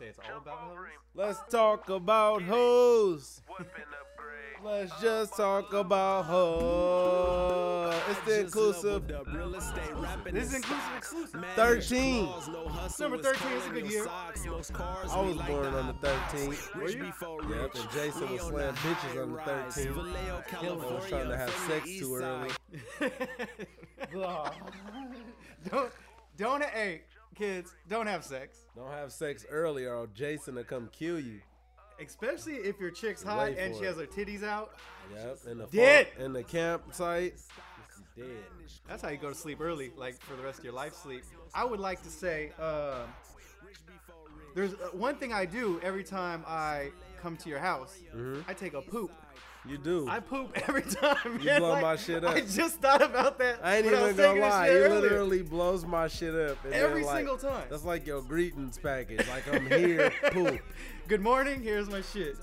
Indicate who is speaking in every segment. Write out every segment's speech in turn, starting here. Speaker 1: it's all about hoes.
Speaker 2: Oh! Let's talk about hoes. Let's just talk about hoes. It's the inclusive
Speaker 3: Real estate rapping
Speaker 1: This is
Speaker 3: is
Speaker 1: inclusive exclusive.
Speaker 2: 13.
Speaker 3: claws, no hustle.
Speaker 1: Number 13 is a good year.
Speaker 3: Socks, most cars,
Speaker 2: I
Speaker 3: we
Speaker 2: was
Speaker 3: like
Speaker 2: born
Speaker 3: the
Speaker 2: on the
Speaker 3: hot
Speaker 2: 13th.
Speaker 3: Rich
Speaker 1: you?
Speaker 3: before
Speaker 2: Yep,
Speaker 3: rich.
Speaker 2: and Jason was
Speaker 3: We on
Speaker 2: slaying
Speaker 3: the
Speaker 2: bitches on the
Speaker 3: high-rise.
Speaker 2: 13th.
Speaker 3: Vallejo,
Speaker 2: I was trying
Speaker 3: California,
Speaker 2: to have
Speaker 3: from the
Speaker 2: sex
Speaker 3: east
Speaker 2: too early.
Speaker 3: side.
Speaker 1: don't don't hey kids don't have sex,
Speaker 2: Don't have sex early or Jason will come kill you.
Speaker 1: especially if your chick's hot
Speaker 2: Wait
Speaker 1: and
Speaker 2: for
Speaker 1: she has
Speaker 2: it.
Speaker 1: her titties out.
Speaker 2: Yep, in the farm-
Speaker 1: Dead.
Speaker 2: in the campsite. Dead.
Speaker 1: That's how you go to sleep early, like for the rest of your life sleep. I would like to say um, there's uh, one thing I do every time I come to your house. I take a poop.
Speaker 2: Mm-hmm. You do.
Speaker 1: I poop every time.
Speaker 2: You
Speaker 1: man.
Speaker 2: blow
Speaker 1: Like,
Speaker 2: my shit up.
Speaker 1: I just thought about that.
Speaker 2: I ain't
Speaker 1: when was
Speaker 2: even gonna
Speaker 1: taking this
Speaker 2: lie.
Speaker 1: shit
Speaker 2: He
Speaker 1: earlier.
Speaker 2: literally blows my shit up and then,
Speaker 1: Every
Speaker 2: like,
Speaker 1: single time.
Speaker 2: That's like your greetings package. Like I'm here, poop.
Speaker 1: Good morning. Here's my shit.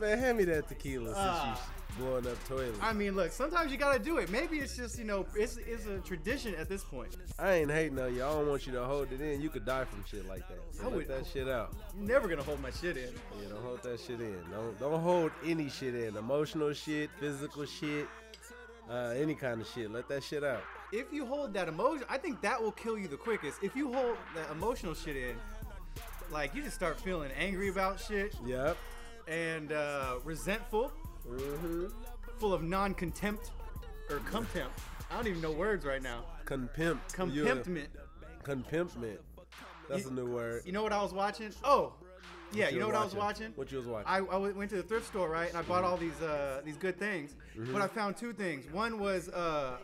Speaker 2: Man, hand me that tequila since
Speaker 1: Ah.
Speaker 2: you blowing up toilets.
Speaker 1: I mean, look. Sometimes you gotta do it. Maybe it's just you know, it's it's a tradition at this point.
Speaker 2: I ain't hating on you. I don't want you to hold it in. You could die from shit like that. So
Speaker 1: I
Speaker 2: let
Speaker 1: would-
Speaker 2: that shit out.
Speaker 1: I'm never gonna hold my shit in.
Speaker 2: Yeah, don't hold that shit in. Don't don't hold any shit in. Emotional shit, physical shit, uh, any kind of shit. Let that shit out.
Speaker 1: If you hold that emotion, I think that will kill you the quickest. If you hold that emotional shit in, like you just start feeling angry about shit
Speaker 2: Yep.
Speaker 1: and uh, resentful,
Speaker 2: Mm-hmm.
Speaker 1: full of non-contempt or contempt. I don't even know words right now.
Speaker 2: Contempt. You-
Speaker 1: Contemptment.
Speaker 2: Contemptment. That's
Speaker 1: You-
Speaker 2: a new word.
Speaker 1: You know what I was watching? Oh, yeah. You know what I was watching?
Speaker 2: What you was watching?
Speaker 1: I, I went went to the thrift store, right, and I bought all these uh, these good things.
Speaker 2: Mm-hmm.
Speaker 1: But I found two things. One was uh,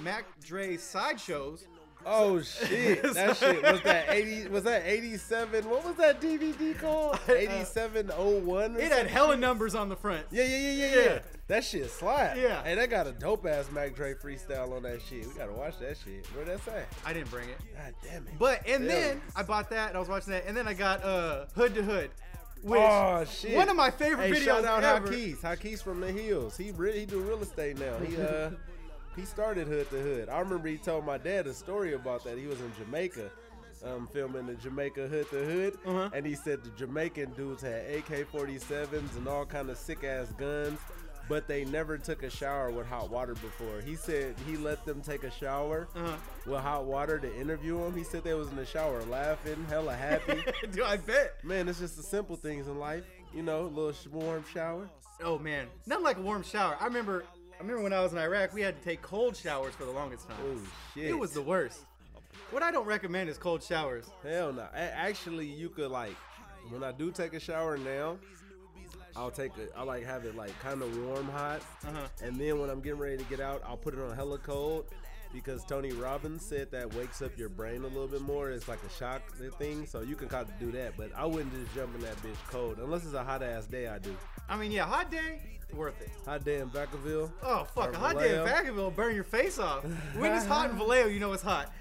Speaker 1: Mac Dre's sideshows.
Speaker 2: oh shit! That shit was that eighty. Was that eighty-seven? What was that DVD called? Eighty-seven oh one.
Speaker 1: uh, It had hella numbers on the front.
Speaker 2: Yeah, yeah, yeah, yeah, yeah.
Speaker 1: Yeah.
Speaker 2: That shit slap.
Speaker 1: Yeah.
Speaker 2: Hey, that got a dope ass Mac Dre freestyle on that shit. We gotta watch that shit. Where that's at?
Speaker 1: I didn't bring it.
Speaker 2: God damn it.
Speaker 1: But and
Speaker 2: Yeah.
Speaker 1: then I bought that, and I was watching that, and then I got uh, Hood to Hood, which
Speaker 2: Oh, shit.
Speaker 1: one of my favorite
Speaker 2: Hey,
Speaker 1: videos
Speaker 2: shout out
Speaker 1: ever.
Speaker 2: Hakees. Hakees from the hills. He re- he do real estate now. He uh he started hood to hood. I remember he told my dad a story about that. He was in Jamaica. Um, filming the Jamaica hood to hood,
Speaker 1: Uh-huh.
Speaker 2: and he said the Jamaican dudes had AK-47s and all kind of sick ass guns, but they never took a shower with hot water before. He said he let them take a shower
Speaker 1: Uh-huh.
Speaker 2: with hot water to interview him. He said they was in the shower laughing, hella happy.
Speaker 1: Dude, I bet.
Speaker 2: Man, it's just the simple things in life. You know, a little sh- warm shower.
Speaker 1: Oh man, nothing like a warm shower. I remember. I remember when I was in Iraq, we had to take cold showers for the longest time.
Speaker 2: Oh shit!
Speaker 1: It was the worst. What I don't recommend is cold showers.
Speaker 2: hell no. A- actually, you could like when I do take a shower now, I'll take it. I like have it like kind of warm hot,
Speaker 1: Uh-huh.
Speaker 2: and then when I'm getting ready to get out, I'll put it on hella cold. Because Tony Robbins said that wakes up your brain a little bit more. It's like a shock thing, so you can kind of do that. But I wouldn't just jump in that bitch cold unless it's a hot ass day. I do
Speaker 1: I mean, yeah, hot day, worth it.
Speaker 2: hot day in Vacaville.
Speaker 1: Oh fuck,
Speaker 2: Or
Speaker 1: a hot day in
Speaker 2: Vallejo.
Speaker 1: Vacaville will burn your face off. When it's hot in Vallejo, you know it's hot.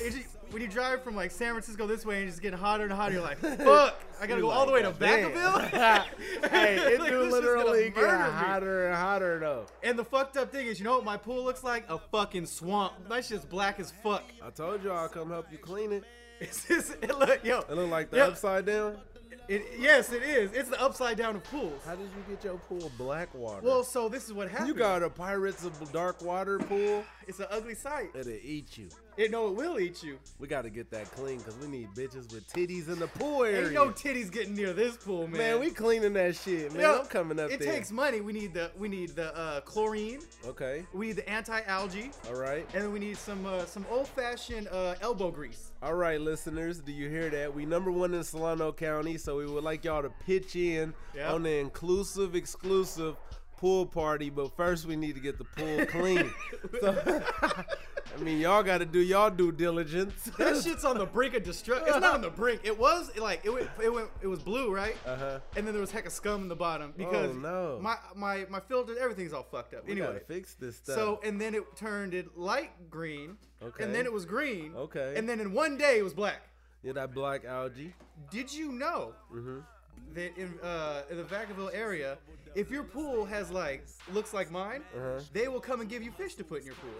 Speaker 1: It's just- when you drive from like San Francisco this way and it's just getting hotter and hotter, you're like, fuck, I gotta
Speaker 2: You
Speaker 1: go all the way
Speaker 2: like,
Speaker 1: to
Speaker 2: "Damn."
Speaker 1: Vacaville.
Speaker 2: hey, it
Speaker 1: Like,
Speaker 2: do
Speaker 1: this is gonna
Speaker 2: literally get
Speaker 1: murder me.
Speaker 2: hotter and hotter though.
Speaker 1: and the fucked up thing is, you know what my pool looks like? A fucking swamp. That shit's black as fuck.
Speaker 2: I told you I'll come help you clean it.
Speaker 1: It's just, it look, yo.
Speaker 2: It look like the
Speaker 1: Yeah.
Speaker 2: upside down.
Speaker 1: It, yes, it is. It's the upside down of pools.
Speaker 2: How did you get your pool black water?
Speaker 1: Well, so this is what happened.
Speaker 2: you got a Pirates of Dark Water pool.
Speaker 1: It's an ugly sight.
Speaker 2: It'll eat you.
Speaker 1: It no, it will eat you.
Speaker 2: We gotta get that clean because we need bitches with titties in the pool area.
Speaker 1: Ain't no titties getting near this pool, man.
Speaker 2: man, we cleaning that shit, man.
Speaker 1: Yo,
Speaker 2: I'm coming up
Speaker 1: It
Speaker 2: there.
Speaker 1: takes money. We need the we need the uh, chlorine.
Speaker 2: okay,
Speaker 1: We need the anti-algae,
Speaker 2: all right.
Speaker 1: and then we need some uh, some old-fashioned uh, elbow grease.
Speaker 2: All right, listeners, do you hear that? We number one in Solano County, so we would like y'all to pitch in
Speaker 1: Yeah.
Speaker 2: on the inclusive, exclusive pool party. But first, we need to get the pool clean. so, I mean, y'all got to do y'all due diligence.
Speaker 1: That shit's on the brink of destruction. It's not on the brink. It was like it went, it went it was blue, right?
Speaker 2: Uh-huh. Oh,
Speaker 1: And then there was heck of scum in the bottom because
Speaker 2: no.
Speaker 1: my my my filter everything's all fucked up.
Speaker 2: We
Speaker 1: anyway,
Speaker 2: gotta fix this stuff.
Speaker 1: So and then it turned it light green.
Speaker 2: Okay.
Speaker 1: And then it was green.
Speaker 2: Okay.
Speaker 1: And then in one day it was black.
Speaker 2: yeah, that black algae.
Speaker 1: Did you know
Speaker 2: Mm-hmm.
Speaker 1: that in, uh, in the Vacaville area, if your pool has like looks like mine,
Speaker 2: Uh-huh.
Speaker 1: they will come and give you fish to put in your pool.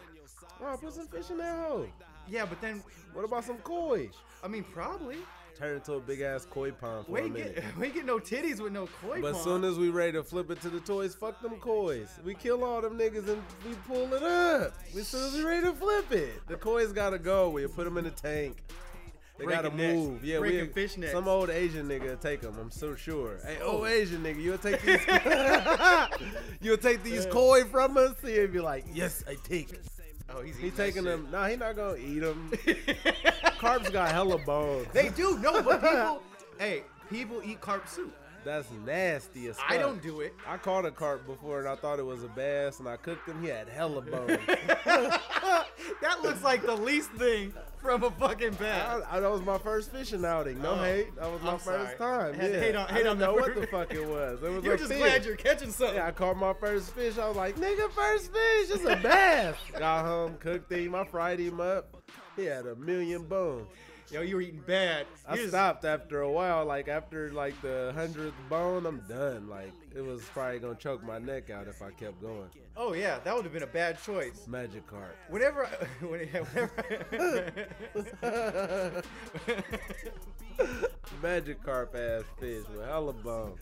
Speaker 2: Oh, I put some fish in that hole.
Speaker 1: Yeah, but then
Speaker 2: What about some koi?
Speaker 1: I mean probably.
Speaker 2: Turn into a big ass koi pond for
Speaker 1: We
Speaker 2: a
Speaker 1: ain't,
Speaker 2: minute.
Speaker 1: get, we ain't get no titties with no koi
Speaker 2: But
Speaker 1: pond.
Speaker 2: soon as we ready to flip it to the toys, fuck them coys. We kill all them niggas and we pull it up. We soon as we ready to flip it, the coys gotta go. We put them in the tank. They
Speaker 1: Breaking
Speaker 2: gotta
Speaker 1: necks.
Speaker 2: move. Yeah, we
Speaker 1: Breaking fish Oh. necks.
Speaker 2: some old Asian nigga will take them. I'm so sure. Hey, old Asian nigga, you'll take these. you'll take these koi from us. He'll be like, yes, I take.
Speaker 1: oh, he's,
Speaker 2: He
Speaker 1: eating that
Speaker 2: taking
Speaker 1: shit.
Speaker 2: them. Nah, he not gonna eat them. Carbs got hella bones.
Speaker 1: They do no, but people. hey, people eat carp soup.
Speaker 2: That's nasty as fuck.
Speaker 1: I don't do it.
Speaker 2: I caught a carp before and I thought it was a bass and I cooked him. He had hella bones.
Speaker 1: That looks like the least thing from a fucking
Speaker 2: I,
Speaker 1: bag.
Speaker 2: I- that was my first fishing outing. No
Speaker 1: Oh,
Speaker 2: hate. That was my
Speaker 1: I'm
Speaker 2: first
Speaker 1: sorry.
Speaker 2: time.
Speaker 1: I had to
Speaker 2: yeah.
Speaker 1: hate on-
Speaker 2: I
Speaker 1: hate
Speaker 2: didn't
Speaker 1: on that
Speaker 2: know what
Speaker 1: word.
Speaker 2: the fuck it was. It was
Speaker 1: You're
Speaker 2: a
Speaker 1: just
Speaker 2: fish.
Speaker 1: glad you're catching something.
Speaker 2: yeah, I caught my first fish. I was like, nigga, first fish. It's a bass. Got home, cooked him. I fried him up. He had a million bones.
Speaker 1: Yo, you were eating bad.
Speaker 2: I
Speaker 1: You just-
Speaker 2: stopped after a while. Like after like the hundredth bone, I'm done. Like it was probably gonna choke my neck out if I kept going.
Speaker 1: Oh yeah, that would have been a bad choice.
Speaker 2: Magic carp.
Speaker 1: Whenever, I- when- yeah, whenever.
Speaker 2: Magic carp ass fish with hella bones.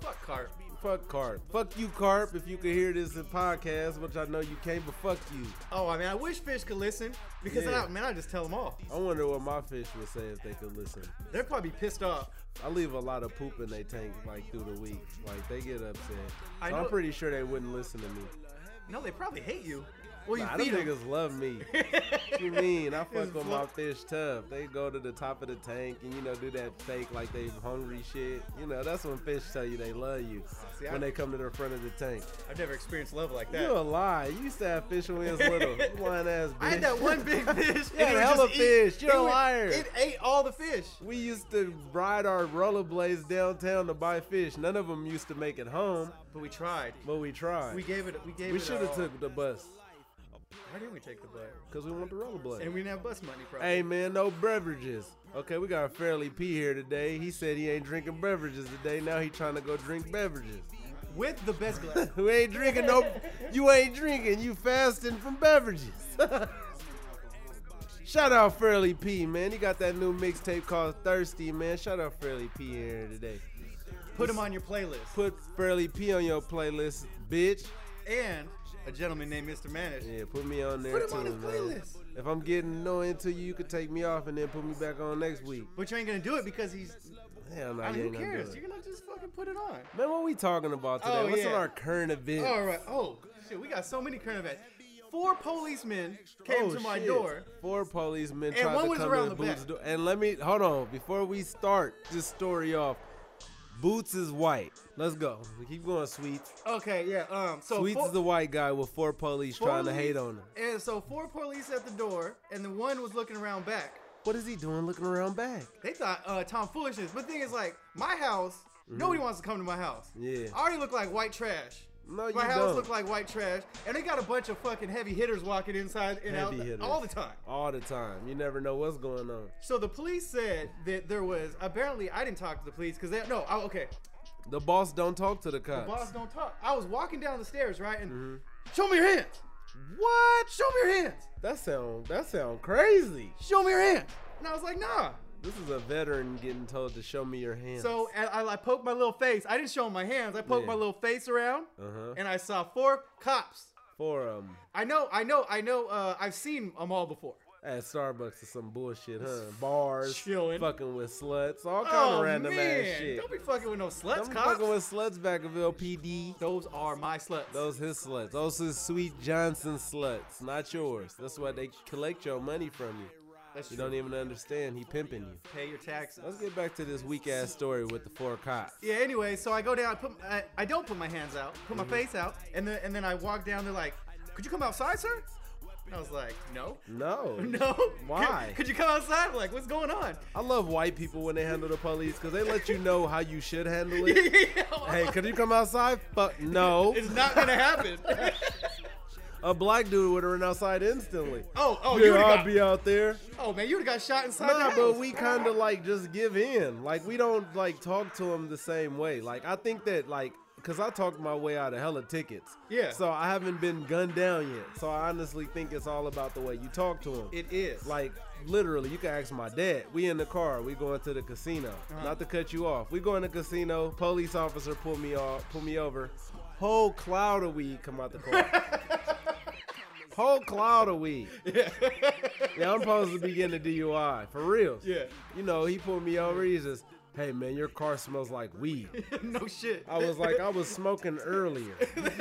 Speaker 1: Fuck carp.
Speaker 2: Fuck carp. Fuck you, carp. If you could hear this in podcast, which I know you can't, but fuck you.
Speaker 1: Oh, I mean, I wish fish could listen because then
Speaker 2: Yeah.
Speaker 1: I, man, I just tell them off.
Speaker 2: I wonder what my fish would say if they could listen.
Speaker 1: They're probably pissed off.
Speaker 2: I leave a lot of poop in they tank like through the week. Like they get upset.
Speaker 1: I
Speaker 2: So
Speaker 1: know-
Speaker 2: I'm pretty sure they wouldn't listen to me.
Speaker 1: No, they probably hate you. Well, you
Speaker 2: Nah, them
Speaker 1: feed 'em.
Speaker 2: niggas love me. what you mean? I fuck
Speaker 1: It's
Speaker 2: with my
Speaker 1: love-
Speaker 2: fish tough. They go to the top of the tank and you know do that fake like they hungry shit. You know that's when fish tell you they love you
Speaker 1: See, I-
Speaker 2: when they come to the front of the tank.
Speaker 1: I've never experienced love like that.
Speaker 2: You a lie. You used to have fish when we was little. Lying ass bitch.
Speaker 1: I had that one big fish.
Speaker 2: You had
Speaker 1: and it would
Speaker 2: hella
Speaker 1: just
Speaker 2: fish.
Speaker 1: Eat,
Speaker 2: You're
Speaker 1: it
Speaker 2: a
Speaker 1: would-
Speaker 2: liar.
Speaker 1: It ate all the fish.
Speaker 2: We used to ride our rollerblades downtown to buy fish. None of them used to make it home,
Speaker 1: But we tried.
Speaker 2: but we tried.
Speaker 1: We gave it. We gave
Speaker 2: we
Speaker 1: it.
Speaker 2: should
Speaker 1: our
Speaker 2: have
Speaker 1: all.
Speaker 2: took the bus
Speaker 1: Why didn't we take the bus?
Speaker 2: because we want the rollerblade.
Speaker 1: And we didn't have bus money, probably.
Speaker 2: Hey man, no beverages. Okay, we got Fairly P here today. He said he ain't drinking beverages today. Now he trying to go drink beverages.
Speaker 1: With the best glass.
Speaker 2: We ain't drinking no. You ain't drinking. You fasting from beverages. Shout out Fairly P, man. He got that new mixtape called Thirsty, man. Shout out Fairly P here today.
Speaker 1: Put them on your playlist.
Speaker 2: Put Fairly P on your playlist, bitch.
Speaker 1: And a gentleman named Mr. Manish.
Speaker 2: Yeah, put me on there
Speaker 1: Put him
Speaker 2: too,
Speaker 1: on his
Speaker 2: man.
Speaker 1: playlist.
Speaker 2: If I'm getting annoying to you, you could take me off and then put me back on next week.
Speaker 1: But you ain't gonna do it because he's.
Speaker 2: Hell no,
Speaker 1: I
Speaker 2: you
Speaker 1: mean,
Speaker 2: ain't
Speaker 1: Ah, who
Speaker 2: gonna do
Speaker 1: cares?
Speaker 2: it.
Speaker 1: You're gonna just fucking put it on.
Speaker 2: Man, what we talking about today?
Speaker 1: Oh,
Speaker 2: What's in
Speaker 1: yeah.
Speaker 2: our current event?
Speaker 1: All right. Oh shit, we got so many current events. Four policemen came
Speaker 2: Oh,
Speaker 1: to my
Speaker 2: shit.
Speaker 1: door.
Speaker 2: Four policemen
Speaker 1: And
Speaker 2: tried
Speaker 1: one
Speaker 2: to
Speaker 1: was
Speaker 2: come
Speaker 1: around
Speaker 2: in
Speaker 1: the
Speaker 2: Boots'
Speaker 1: back.
Speaker 2: door. And let me hold on before we start this story off. Boots is white. Let's go. We keep going, Sweets.
Speaker 1: Okay, yeah. Um, so
Speaker 2: Sweets
Speaker 1: four,
Speaker 2: is the white guy with four police
Speaker 1: four
Speaker 2: trying to
Speaker 1: police-
Speaker 2: hate on him.
Speaker 1: And so four police at the door, and the one was looking around back.
Speaker 2: What is he doing looking around back?
Speaker 1: They thought uh, Tom foolishness. But the thing is, like my house, nobody wants to come to my house.
Speaker 2: Mm-hmm. Yeah.
Speaker 1: I already look like white trash.
Speaker 2: No, you
Speaker 1: my house
Speaker 2: don't.
Speaker 1: look like white trash, and they got a bunch of fucking heavy hitters walking inside and out
Speaker 2: Heavy
Speaker 1: the-
Speaker 2: hitters.
Speaker 1: all the time.
Speaker 2: All the time. You never know what's going on.
Speaker 1: So the police said that there was apparently I didn't talk to the police because they no I, okay
Speaker 2: The boss don't talk to the cops.
Speaker 1: boss don't talk. I was walking down the stairs right and show me your hands.
Speaker 2: Mm-hmm. What?
Speaker 1: Show me your hands.
Speaker 2: That sound that sound crazy.
Speaker 1: Show me your hands. And I was like nah.
Speaker 2: This is a veteran getting told to show me your hands.
Speaker 1: So and I, I poked my little face. I didn't show him my hands. I poked
Speaker 2: Yeah.
Speaker 1: my little face around
Speaker 2: Uh-huh.
Speaker 1: and I saw four cops.
Speaker 2: for um
Speaker 1: I know, I know, I know. Uh, I've seen them all before.
Speaker 2: at Starbucks or some bullshit, huh? Bars,
Speaker 1: Chilling.
Speaker 2: fucking with sluts, all kind of
Speaker 1: Oh
Speaker 2: random
Speaker 1: man,
Speaker 2: ass shit.
Speaker 1: don't be fucking with no sluts,
Speaker 2: I'm
Speaker 1: cops.
Speaker 2: fucking with sluts Vacaville PD.
Speaker 1: Those are my sluts.
Speaker 2: Those his sluts. Those his Sweet Johnson sluts, not yours. That's why they collect your money from you.
Speaker 1: That's
Speaker 2: You
Speaker 1: true.
Speaker 2: don't e- even understand. He pimping you.
Speaker 1: Pay your taxes.
Speaker 2: Let's get back to this weak ass story with the four cops.
Speaker 1: Yeah. Anyway, so I go down. I put. I, I don't put my hands out.
Speaker 2: Mm-hmm.
Speaker 1: Put my face out, and then and then I walk down. They're like, "Could you come outside, sir?" And I was like, "No,
Speaker 2: No.
Speaker 1: no.
Speaker 2: Why?
Speaker 1: Could, could you come outside? I'm like, what's going on?
Speaker 2: I love white people when they handle the police because they let you know how you should handle
Speaker 1: Yeah,
Speaker 2: it.
Speaker 1: I'm
Speaker 2: hey,
Speaker 1: like,
Speaker 2: could you come outside? Fuck no.
Speaker 1: it's not gonna happen.
Speaker 2: A black dude would have run outside instantly.
Speaker 1: oh, oh, you
Speaker 2: yeah,
Speaker 1: would've
Speaker 2: I'll
Speaker 1: got,
Speaker 2: be out there.
Speaker 1: oh man, you would have got shot inside. the
Speaker 2: Nah,
Speaker 1: house.
Speaker 2: but we kind of like just give in. Like we don't like talk to him the same way. Like I think that like because I talked my way out of hella tickets.
Speaker 1: Yeah.
Speaker 2: So I haven't been gunned down yet. So I honestly think it's all about the way you talk to them.
Speaker 1: It is.
Speaker 2: Like literally, you can ask my dad. We in the car. We going to the casino. Not to cut you off. We going to casino. Police officer pull me off. Pull me over. Whole cloud of weed come out the car. Whole cloud of weed. Yeah. I'm supposed to be getting a DUI for real.
Speaker 1: Yeah.
Speaker 2: You know, he pulled me over. He's just, hey man, your car smells like weed.
Speaker 1: no shit.
Speaker 2: I was like, I was smoking earlier.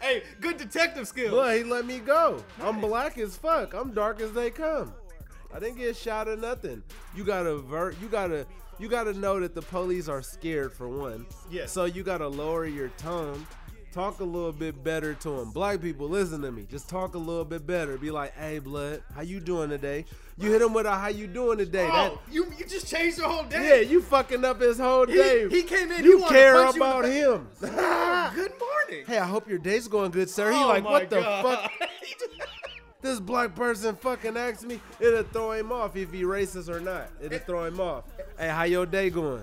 Speaker 1: hey, good detective skills.
Speaker 2: But he let me go. I'm black as fuck. I'm dark as they come. I didn't get shot or nothing. You gotta ver- you gotta you gotta know that the police are scared for one.
Speaker 1: Yes.
Speaker 2: So you gotta lower your tone. Talk a little bit better to them. Black people, listen to me. Just talk a little bit better. Be like, "Hey, blood, how you doing today?" You hit him with a "How you doing today?" That-
Speaker 1: oh, you you just changed the whole
Speaker 2: yeah,
Speaker 1: day.
Speaker 2: you fucking up his whole day.
Speaker 1: he came in, he
Speaker 2: You
Speaker 1: wanted to
Speaker 2: care
Speaker 1: punch you in
Speaker 2: about
Speaker 1: the
Speaker 2: him.
Speaker 1: good morning.
Speaker 2: hey, I hope your day's going good, sir. He
Speaker 1: Oh
Speaker 2: like,
Speaker 1: my
Speaker 2: what the
Speaker 1: God.
Speaker 2: fuck? this black person fucking asked me, it'll throw him off if he racist or not. It'll throw him off. Hey, how your day going?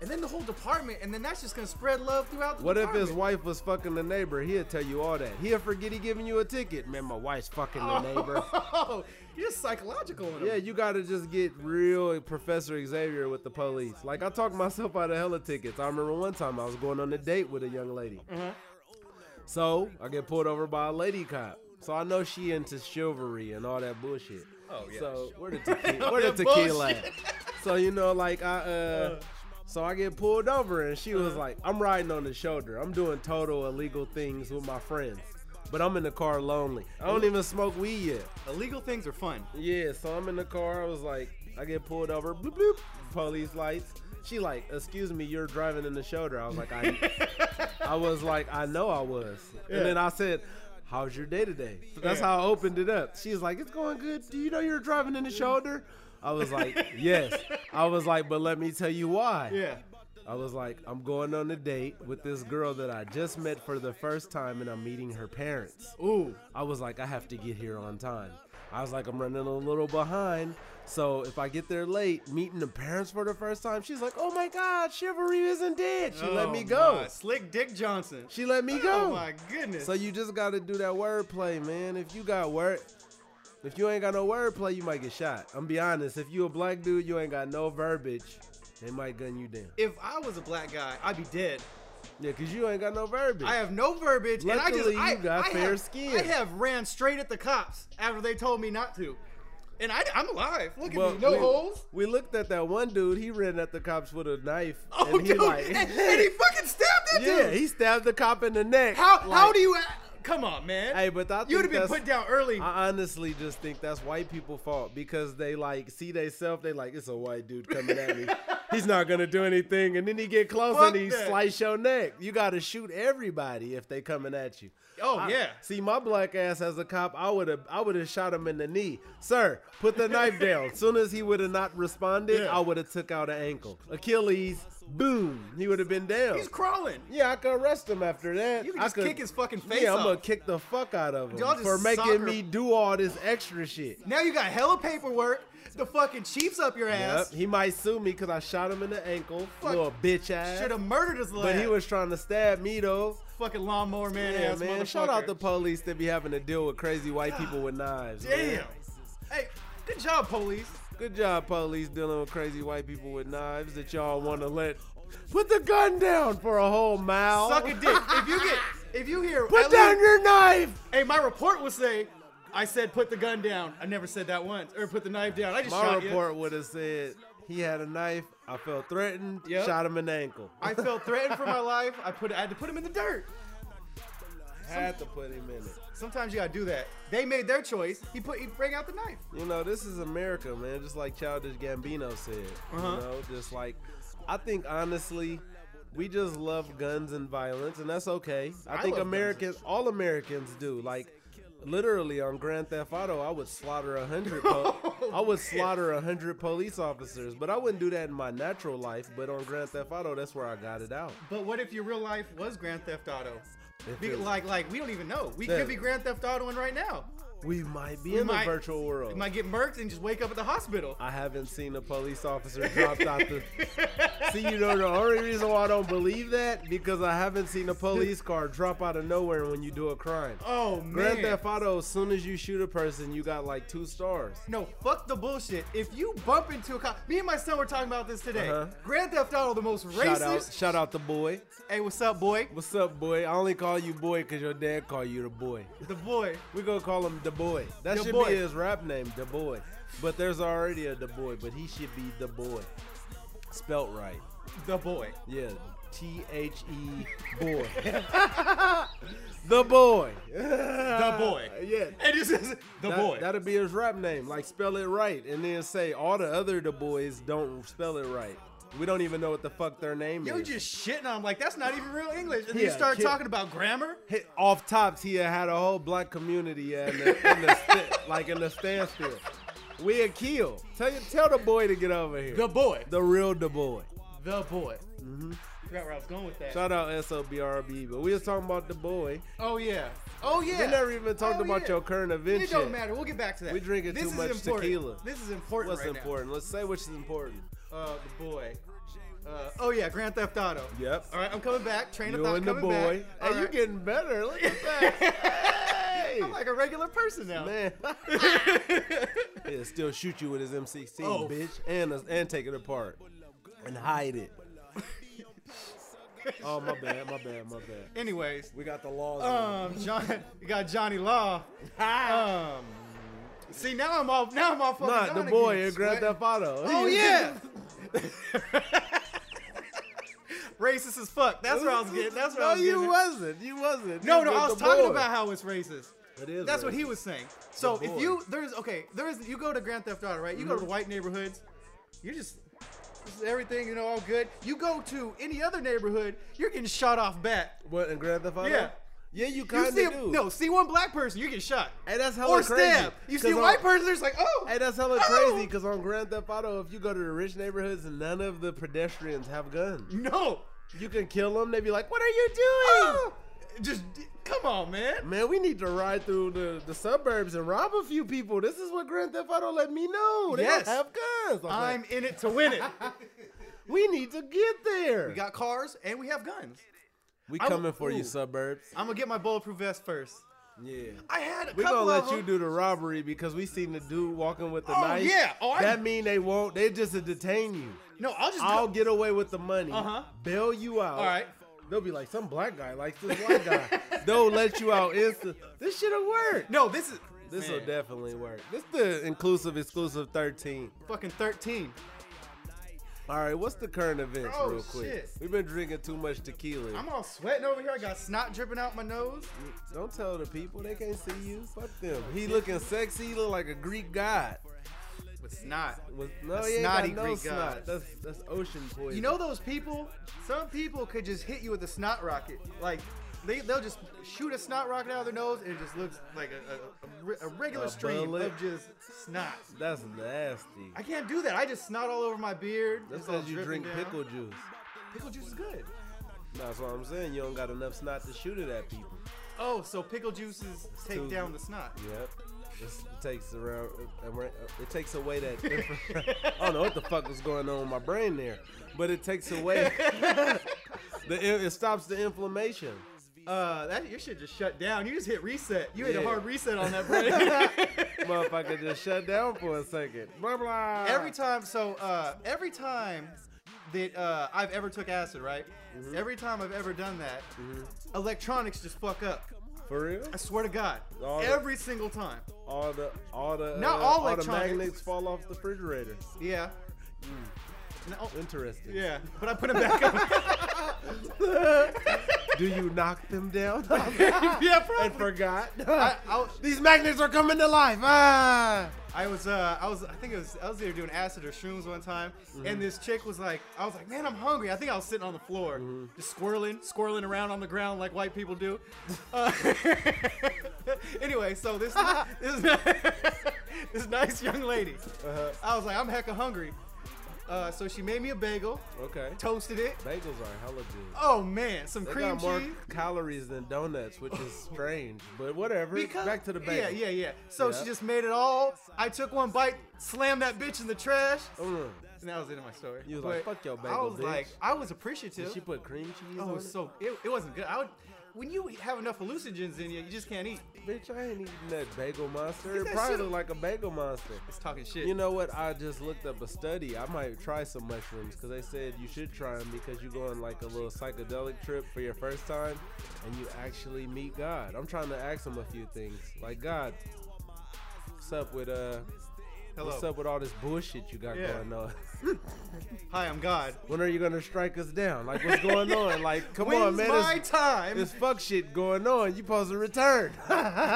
Speaker 1: and then the whole department, and then that's just gonna spread love throughout the
Speaker 2: What if his
Speaker 1: department.
Speaker 2: wife was fucking the neighbor? He'll tell you all that. He'll forget he giving you a ticket. Man, my wife's fucking the neighbor.
Speaker 1: Oh, you're just psychological in him.
Speaker 2: Yeah, you gotta just get real Professor Xavier with the police. Like I talked myself out of hella tickets. I remember one time I was going on a date with a young lady.
Speaker 1: Mm-hmm.
Speaker 2: So I get pulled over by a lady cop. So I know she into chivalry and all that bullshit.
Speaker 1: Oh, yeah.
Speaker 2: So where the tequila,
Speaker 1: All
Speaker 2: where the
Speaker 1: that
Speaker 2: tequila at?
Speaker 1: bullshit.
Speaker 2: So you know, like I uh so I get pulled over and she was
Speaker 1: Uh-huh.
Speaker 2: like, I'm riding on the shoulder. I'm doing total illegal things with my friends. But I'm in the car lonely. I don't even smoke weed yet.
Speaker 1: Illegal things are fun.
Speaker 2: Yeah, so I'm in the car. I was like, I get pulled over. Bloop bloop. Police lights. She like, excuse me, you're driving in the shoulder. I was like, I, I was like, I know I was.
Speaker 1: Yeah.
Speaker 2: And then I said, How's your day today? So that's
Speaker 1: Yeah.
Speaker 2: how I opened it up. She's like, It's going good. Do you know you're driving in the shoulder? I was like, Yes. I was like, But let me tell you why.
Speaker 1: Yeah.
Speaker 2: I was like, I'm going on a date with this girl that I just met for the first time, and I'm meeting her parents.
Speaker 1: Ooh.
Speaker 2: I was like, I have to get here on time. I was like, I'm running a little behind. So if I get there late, meeting the parents for the first time, she's like, oh my God, chivalry isn't dead. She let
Speaker 1: Oh,
Speaker 2: me go.
Speaker 1: my. Slick Dick Johnson.
Speaker 2: She let me
Speaker 1: Oh
Speaker 2: go.
Speaker 1: my goodness.
Speaker 2: so you just got to do that wordplay, man. If you got word, if you ain't got no wordplay, you might get shot. I'm be honest. If you a black dude, you ain't got no verbiage. They might gun you down.
Speaker 1: if I was a black guy, I'd be dead.
Speaker 2: Yeah, cause you ain't got no verbiage.
Speaker 1: I have no verbiage,
Speaker 2: Luckily,
Speaker 1: and I just I,
Speaker 2: you got
Speaker 1: I
Speaker 2: fair
Speaker 1: have,
Speaker 2: skin.
Speaker 1: I have ran straight at the cops after they told me not to, and I, am alive. Look
Speaker 2: Well,
Speaker 1: at me, no
Speaker 2: we,
Speaker 1: holes.
Speaker 2: We looked at that one dude. He ran at the cops with a knife.
Speaker 1: Oh,
Speaker 2: and he
Speaker 1: dude,
Speaker 2: like,
Speaker 1: and, and he fucking stabbed that
Speaker 2: Yeah,
Speaker 1: dude.
Speaker 2: he stabbed the cop in the neck.
Speaker 1: how how
Speaker 2: Like,
Speaker 1: do you? a- Come on, man.
Speaker 2: Hey, but I
Speaker 1: you would have
Speaker 2: think
Speaker 1: been
Speaker 2: that's-
Speaker 1: put down early.
Speaker 2: I honestly just think that's white people fault because they like see theyself. They like it's a white dude coming at me. He's not gonna do anything, and then he get close
Speaker 1: Fuck
Speaker 2: and he
Speaker 1: that.
Speaker 2: slice your neck. You gotta shoot everybody if they coming at you.
Speaker 1: oh
Speaker 2: I-
Speaker 1: yeah.
Speaker 2: See, my black ass as a cop, I would have, I would have shot him in the knee, sir. Put the knife down. Soon as he would have not responded,
Speaker 1: Yeah.
Speaker 2: I would have took out an ankle, Achilles. Boom, he would have been down.
Speaker 1: He's crawling.
Speaker 2: Yeah, I could arrest him after that.
Speaker 1: You can
Speaker 2: I
Speaker 1: just
Speaker 2: could-
Speaker 1: kick his fucking face
Speaker 2: Yeah, I'm gonna
Speaker 1: off.
Speaker 2: kick the fuck out of him
Speaker 1: Y'all just
Speaker 2: for making
Speaker 1: soccer-
Speaker 2: me do all this extra shit.
Speaker 1: Now you got hella paperwork. The fucking chief's up your
Speaker 2: Yep,
Speaker 1: ass.
Speaker 2: he might sue me because I shot him in the ankle,
Speaker 1: Fuck.
Speaker 2: little bitch ass.
Speaker 1: Should have murdered his
Speaker 2: but
Speaker 1: lad.
Speaker 2: he was trying to stab me though.
Speaker 1: fucking lawnmower man
Speaker 2: Yeah,
Speaker 1: ass
Speaker 2: man.
Speaker 1: motherfucker.
Speaker 2: Shout out the police that be having to deal with crazy white people with knives. man.
Speaker 1: damn. Hey, good job, police.
Speaker 2: Good job, police, dealing with crazy white people with knives that y'all want to let put the gun down for a whole mile.
Speaker 1: Suck a dick. if you get, if you hear,
Speaker 2: Put
Speaker 1: at
Speaker 2: down
Speaker 1: least-
Speaker 2: your knife.
Speaker 1: Hey, my report would say, I said put the gun down. I never said that once. Or put the knife down. I just
Speaker 2: My
Speaker 1: shot
Speaker 2: report would have said he had a knife. I felt threatened.
Speaker 1: Yep.
Speaker 2: Shot him in the ankle.
Speaker 1: you. I felt threatened for my life. I put, I had to put him in the dirt.
Speaker 2: had to put him in it.
Speaker 1: Sometimes you gotta do that. They made their choice. He put, he bring out the knife.
Speaker 2: You know, this is America, man. Just like Childish Gambino said.
Speaker 1: Uh-huh.
Speaker 2: You know, just like I think honestly, we just love guns and violence, and that's okay. I,
Speaker 1: I
Speaker 2: think
Speaker 1: love guns.
Speaker 2: Americans, all Americans do. Like literally on Grand Theft Auto, I would slaughter a hundred. Po-
Speaker 1: Oh,
Speaker 2: I would slaughter a hundred police officers, but I wouldn't do that in my natural life. But on Grand Theft Auto, that's where I got it out.
Speaker 1: But what if your real life was Grand Theft Auto?
Speaker 2: If
Speaker 1: Be,
Speaker 2: it-
Speaker 1: like, like we don't even know. We
Speaker 2: Yeah.
Speaker 1: could be Grand Theft Autoing right now.
Speaker 2: We might be
Speaker 1: We
Speaker 2: in
Speaker 1: might-
Speaker 2: the virtual world.
Speaker 1: You might get murked and just wake up at the hospital.
Speaker 2: I haven't seen a police officer dropped out the. See, you know the only reason why I don't believe that because I haven't seen a police car drop out of nowhere when you do a crime.
Speaker 1: Oh man.
Speaker 2: Grand Theft Auto, as soon as you shoot a person, you got like two stars.
Speaker 1: No, fuck the bullshit. If you bump into a cop, me and my son were talking about this today.
Speaker 2: Uh-huh.
Speaker 1: Grand Theft Auto, the most racist.
Speaker 2: Shout out, shout out the boy.
Speaker 1: Hey, what's up, boy?
Speaker 2: What's up, boy? I only call you boy because your dad call you the boy.
Speaker 1: The boy.
Speaker 2: We gonna call him the boy. That
Speaker 1: Da
Speaker 2: should
Speaker 1: Boy.
Speaker 2: be his rap name, the boy. But there's already a the boy, but he should be the boy, spelt right.
Speaker 1: The boy.
Speaker 2: Yeah, T H E boy. the boy.
Speaker 1: The boy.
Speaker 2: Yeah.
Speaker 1: And this is the
Speaker 2: That,
Speaker 1: boy.
Speaker 2: That'll be his rap name. Like spell it right, and then say all the other the boys don't spell it right. We don't even know what the fuck their name
Speaker 1: Yo,
Speaker 2: is.
Speaker 1: you just shitting on him like that's not even real English. And then you
Speaker 2: Yeah,
Speaker 1: start
Speaker 2: kid.
Speaker 1: talking about grammar.
Speaker 2: hit off tops here had a whole black community in the, in the st- like in the standstill. We a kill. Tell you, tell the boy to get over here.
Speaker 1: The boy.
Speaker 2: The real the boy.
Speaker 1: The boy. Mm-hmm. Forgot where I was going with that.
Speaker 2: Shout out SOBRB, but we was talking about the boy.
Speaker 1: Oh yeah. Oh
Speaker 2: We
Speaker 1: yeah.
Speaker 2: never even talked
Speaker 1: Oh,
Speaker 2: about
Speaker 1: yeah.
Speaker 2: your current event.
Speaker 1: It don't
Speaker 2: yet.
Speaker 1: matter. We'll get back to that.
Speaker 2: We drinking
Speaker 1: this
Speaker 2: too
Speaker 1: is
Speaker 2: much
Speaker 1: important.
Speaker 2: tequila.
Speaker 1: This is important.
Speaker 2: What's
Speaker 1: right now.
Speaker 2: important? Let's say which is important.
Speaker 1: Uh, the boy. Uh, oh yeah, Grand Theft Auto.
Speaker 2: Yep.
Speaker 1: All right, I'm coming back. Train of
Speaker 2: You
Speaker 1: thought
Speaker 2: and the
Speaker 1: coming
Speaker 2: boy.
Speaker 1: back.
Speaker 2: Hey,
Speaker 1: All
Speaker 2: you
Speaker 1: right.
Speaker 2: getting better. Look at that. hey.
Speaker 1: I'm like a regular person now.
Speaker 2: Man. He'll still shoot you with his M16,
Speaker 1: Oh.
Speaker 2: bitch, and and take it apart and hide it. oh my bad, my bad, my bad.
Speaker 1: Anyways,
Speaker 2: We got the laws.
Speaker 1: um, John, you got Johnny Law. um, see now I'm off. Now I'm off.
Speaker 2: Not the boy in Grand Theft Auto.
Speaker 1: Oh yeah. racist as fuck. That's what I was getting. That's what
Speaker 2: no,
Speaker 1: I was
Speaker 2: you
Speaker 1: getting.
Speaker 2: wasn't. You wasn't.
Speaker 1: No,
Speaker 2: You
Speaker 1: no,
Speaker 2: was
Speaker 1: I was
Speaker 2: the
Speaker 1: talking
Speaker 2: boy.
Speaker 1: about how it's racist.
Speaker 2: It is
Speaker 1: That's what he
Speaker 2: racist.
Speaker 1: was saying. So
Speaker 2: The
Speaker 1: if
Speaker 2: boy. Mm-hmm.
Speaker 1: you there's okay, there is you go to Grand Theft Auto, right? You go to white neighborhoods, you just this is everything, you know, all good. You go to any other neighborhood, you're getting shot off bat.
Speaker 2: What in Grand Theft Auto?
Speaker 1: Yeah.
Speaker 2: Yeah, you kind
Speaker 1: You
Speaker 2: of
Speaker 1: see
Speaker 2: do.
Speaker 1: a, no, see one black person, you're getting shot.
Speaker 2: Hey, that's hella
Speaker 1: or
Speaker 2: crazy.
Speaker 1: stabbed. You see a
Speaker 2: 'Cause
Speaker 1: white
Speaker 2: on-
Speaker 1: person, there's like, oh,
Speaker 2: Hey, that's hella
Speaker 1: oh.
Speaker 2: crazy because on Grand Theft Auto, if you go to the rich neighborhoods, none of the pedestrians have guns.
Speaker 1: no,
Speaker 2: You can kill them. They be like, "What are you doing?"
Speaker 1: oh. just come on, man.
Speaker 2: Man, we need to ride through the, the suburbs and rob a few people. This is what Grand Theft Auto let me know. They
Speaker 1: Yes.
Speaker 2: don't have guns. I'm like,
Speaker 1: I'm in it to win it.
Speaker 2: we need to get there.
Speaker 1: we got cars and we have guns.
Speaker 2: we
Speaker 1: I'm-
Speaker 2: coming for
Speaker 1: ooh.
Speaker 2: you, suburbs.
Speaker 1: I'm gonna get my bulletproof vest first.
Speaker 2: Yeah.
Speaker 1: I had a
Speaker 2: We gonna
Speaker 1: couple
Speaker 2: let
Speaker 1: of
Speaker 2: you
Speaker 1: them.
Speaker 2: do the robbery because we seen the dude walking with the
Speaker 1: Oh,
Speaker 2: knife.
Speaker 1: yeah. Oh, I-
Speaker 2: that mean they won't. They just detain you.
Speaker 1: No, I'll just
Speaker 2: I'll
Speaker 1: go-
Speaker 2: get away with the money.
Speaker 1: Uh-huh.
Speaker 2: Bail you out.
Speaker 1: All right.
Speaker 2: They'll be like, some black guy likes this white guy. They'll let you out instant. This shit'll work.
Speaker 1: No, this is
Speaker 2: This will
Speaker 1: man,
Speaker 2: definitely work. This the inclusive exclusive 13.
Speaker 1: fucking thirteen.
Speaker 2: All right, what's the current events
Speaker 1: Oh,
Speaker 2: real quick?
Speaker 1: shit.
Speaker 2: We've been drinking too much tequila.
Speaker 1: I'm all sweating over here. I got snot dripping out my nose.
Speaker 2: Don't tell the people they can't see you. Fuck them. He looking sexy. He look like a Greek god.
Speaker 1: With snot.
Speaker 2: Was, no,
Speaker 1: A
Speaker 2: he ain't got
Speaker 1: snotty
Speaker 2: no
Speaker 1: Greek
Speaker 2: snot.
Speaker 1: god.
Speaker 2: That's that's ocean poison.
Speaker 1: You know those people? Some people could just hit you with a snot rocket. Like they they'll just shoot a snot rocket out of their nose and it just looks like a- a, a, a, regular
Speaker 2: A
Speaker 1: stream
Speaker 2: bullet.
Speaker 1: of just snot.
Speaker 2: that's nasty.
Speaker 1: I can't do that. I just snot all over my beard.
Speaker 2: That's
Speaker 1: It's all
Speaker 2: because you
Speaker 1: dripping
Speaker 2: drink
Speaker 1: down.
Speaker 2: pickle juice.
Speaker 1: Pickle juice is good.
Speaker 2: That's what I'm saying. You don't got enough snot to shoot it at people.
Speaker 1: Oh, so pickle juices take
Speaker 2: too-
Speaker 1: down the snot.
Speaker 2: Yep. It's, it takes around. around- It takes away that. I don't know what the fuck was going on in my brain there, but it takes away. the it stops the inflammation.
Speaker 1: Uh, that your shit just shut down. You just hit reset. You hit a
Speaker 2: Yeah.
Speaker 1: hard reset on that brain.
Speaker 2: Motherfucker just shut down for a second. Blah blah.
Speaker 1: every time, so uh, every time that uh, I've ever took acid, right? Every time I've ever done that, electronics just fuck up.
Speaker 2: for real.
Speaker 1: I swear to God,
Speaker 2: All the-
Speaker 1: every single time.
Speaker 2: All the all the
Speaker 1: Not
Speaker 2: uh,
Speaker 1: all
Speaker 2: the
Speaker 1: electronic.
Speaker 2: magnets fall off the refrigerator.
Speaker 1: Yeah. No, oh,
Speaker 2: Interesting.
Speaker 1: yeah, but I put them back up.
Speaker 2: Do you knock them down?
Speaker 1: yeah,
Speaker 2: I
Speaker 1: probably.
Speaker 2: forgot.
Speaker 1: I, I,
Speaker 2: These magnets are coming to life. Ah.
Speaker 1: I was, uh, I was, I think it was, I was either doing acid or shrooms one time,
Speaker 2: Mm-hmm.
Speaker 1: and this chick was like, I was like, man, I'm hungry. I think I was sitting on the floor,
Speaker 2: Mm-hmm.
Speaker 1: just squirreling, squirreling around on the ground like white people do. Uh, anyway, so this,
Speaker 2: Uh-huh.
Speaker 1: this, this nice young lady, I was like, I'm hecka hungry. Uh, so she made me a bagel,
Speaker 2: Okay.
Speaker 1: toasted it.
Speaker 2: Bagels are hella good.
Speaker 1: Oh man, some
Speaker 2: They
Speaker 1: cream
Speaker 2: got more
Speaker 1: cheese.
Speaker 2: calories than donuts, which is strange, but whatever. Back to the bagel.
Speaker 1: Yeah, yeah, yeah. So
Speaker 2: Yeah.
Speaker 1: she just made it all. I took one bite, slammed that bitch in the trash,
Speaker 2: Mm.
Speaker 1: and that was the end of my story.
Speaker 2: You was like,
Speaker 1: But
Speaker 2: "Fuck your
Speaker 1: I
Speaker 2: bagel,
Speaker 1: was
Speaker 2: bitch."
Speaker 1: like, I was appreciative.
Speaker 2: Did she put cream cheese
Speaker 1: Oh,
Speaker 2: on
Speaker 1: it
Speaker 2: it?
Speaker 1: was so it, it wasn't good. I would, when you have enough hallucinogens in you, you just can't eat.
Speaker 2: Bitch, I ain't eating that bagel monster.
Speaker 1: Get
Speaker 2: It
Speaker 1: that
Speaker 2: probably
Speaker 1: shit-
Speaker 2: looked like a bagel monster.
Speaker 1: It's talking shit.
Speaker 2: You know what? I just looked up a study. I might try some mushrooms because they said you should try them because you go on like a little psychedelic trip for your first time and you actually meet God. I'm trying to ask him a few things. Like, God, what's up with, uh,
Speaker 1: Hello.
Speaker 2: what's up with all this bullshit you got
Speaker 1: Yeah.
Speaker 2: going on?
Speaker 1: Hi, I'm God.
Speaker 2: when are you gonna strike us down? Like, what's going on? Like, come
Speaker 1: When's
Speaker 2: on, man.
Speaker 1: my
Speaker 2: There's,
Speaker 1: time?
Speaker 2: there's fuck shit going on. You supposed to return.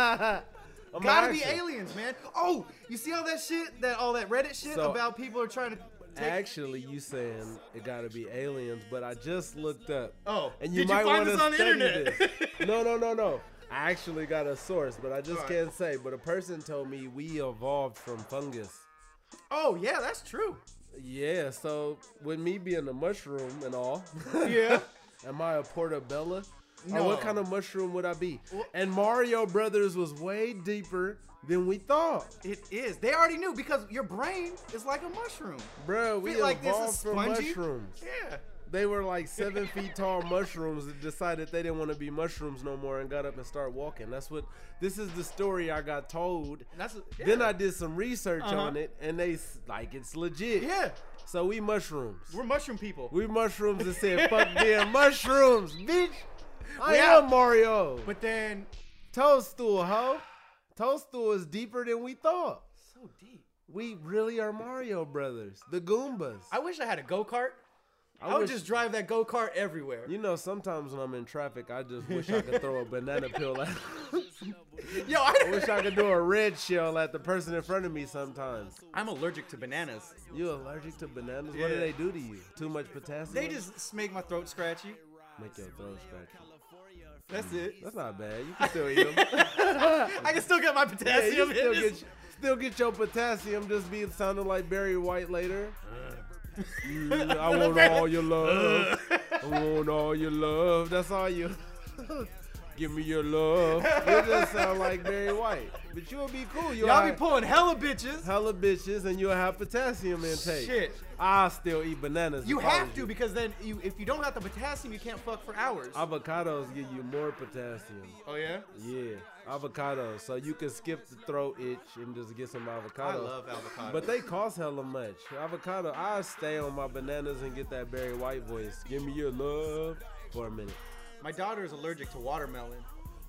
Speaker 2: I'm
Speaker 1: Gotta be
Speaker 2: asking.
Speaker 1: aliens, man. Oh, you see all that shit, that all that Reddit shit
Speaker 2: So-
Speaker 1: about people are trying to take.
Speaker 2: Actually, you saying it gotta be aliens, but I just looked up.
Speaker 1: Oh,
Speaker 2: and you
Speaker 1: did you
Speaker 2: might
Speaker 1: find
Speaker 2: want to
Speaker 1: this on the
Speaker 2: study
Speaker 1: internet?
Speaker 2: this. No, no, no, no. I actually got a source, but I just
Speaker 1: Alright.
Speaker 2: can't say. But a person told me we evolved from fungus.
Speaker 1: oh yeah, that's true.
Speaker 2: Yeah, so with me being a mushroom and all,
Speaker 1: Yeah.
Speaker 2: am I a portabella? Or
Speaker 1: No.
Speaker 2: what kind of mushroom would I be?
Speaker 1: Well-
Speaker 2: and Mario Brothers was way deeper than we thought,
Speaker 1: It is. They already knew because your brain is like a mushroom.
Speaker 2: bro. We
Speaker 1: Feel like this
Speaker 2: evolved
Speaker 1: is
Speaker 2: from
Speaker 1: spongy?
Speaker 2: mushrooms.
Speaker 1: Yeah.
Speaker 2: They were like seven feet tall mushrooms that decided they didn't want to be mushrooms no more and got up and started walking. That's what this is the story I got told.
Speaker 1: That's yeah.
Speaker 2: Then I did some research
Speaker 1: Uh-huh.
Speaker 2: on it and they s- like it's legit.
Speaker 1: Yeah,
Speaker 2: So we mushrooms.
Speaker 1: we're mushroom people.
Speaker 2: We mushrooms and said fuck being mushrooms, bitch. I
Speaker 1: We
Speaker 2: am
Speaker 1: out.
Speaker 2: Mario. But
Speaker 1: but then
Speaker 2: Toadstool, ho. Toadstool is deeper than we thought.
Speaker 1: so deep.
Speaker 2: We really are Mario brothers, the Goombas.
Speaker 1: I wish I had a go kart. I, would
Speaker 2: wish-
Speaker 1: just drive that go kart everywhere.
Speaker 2: You know, sometimes when I'm in traffic, I just wish I could throw a banana peel at.
Speaker 1: Yo,
Speaker 2: I
Speaker 1: I,
Speaker 2: wish I could do a red shell at the person in front of me sometimes.
Speaker 1: I'm allergic to bananas.
Speaker 2: You allergic to bananas? What do
Speaker 1: Yeah.
Speaker 2: they do to you? Too much potassium?
Speaker 1: They just make my throat scratchy.
Speaker 2: make your throat scratchy.
Speaker 1: That's it.
Speaker 2: That's not bad. You can still eat them.
Speaker 1: I can still get my
Speaker 2: yeah, you
Speaker 1: potassium. in
Speaker 2: still
Speaker 1: this-
Speaker 2: get still get your potassium. Just be sounding like Barry White later.
Speaker 1: Uh.
Speaker 2: Mm, I want all your love. I want all your love. That's all you. Give me your love. You just sound like Barry White, but you'll be cool. You'll
Speaker 1: Y'all be
Speaker 2: have
Speaker 1: pulling hella bitches.
Speaker 2: hella bitches, and you'll have potassium intake.
Speaker 1: Shit.
Speaker 2: I still eat bananas.
Speaker 1: You
Speaker 2: if I was
Speaker 1: have to because then you, if you don't have the potassium, you can't fuck for hours.
Speaker 2: Avocados give you more potassium.
Speaker 1: oh yeah.
Speaker 2: Yeah, avocados. So you can skip the throat itch and just get some avocados.
Speaker 1: I love avocado.
Speaker 2: But they cost hella much. Avocado, I stay on my bananas and get that Barry White voice. Give me your love for a minute.
Speaker 1: my daughter is allergic to watermelon.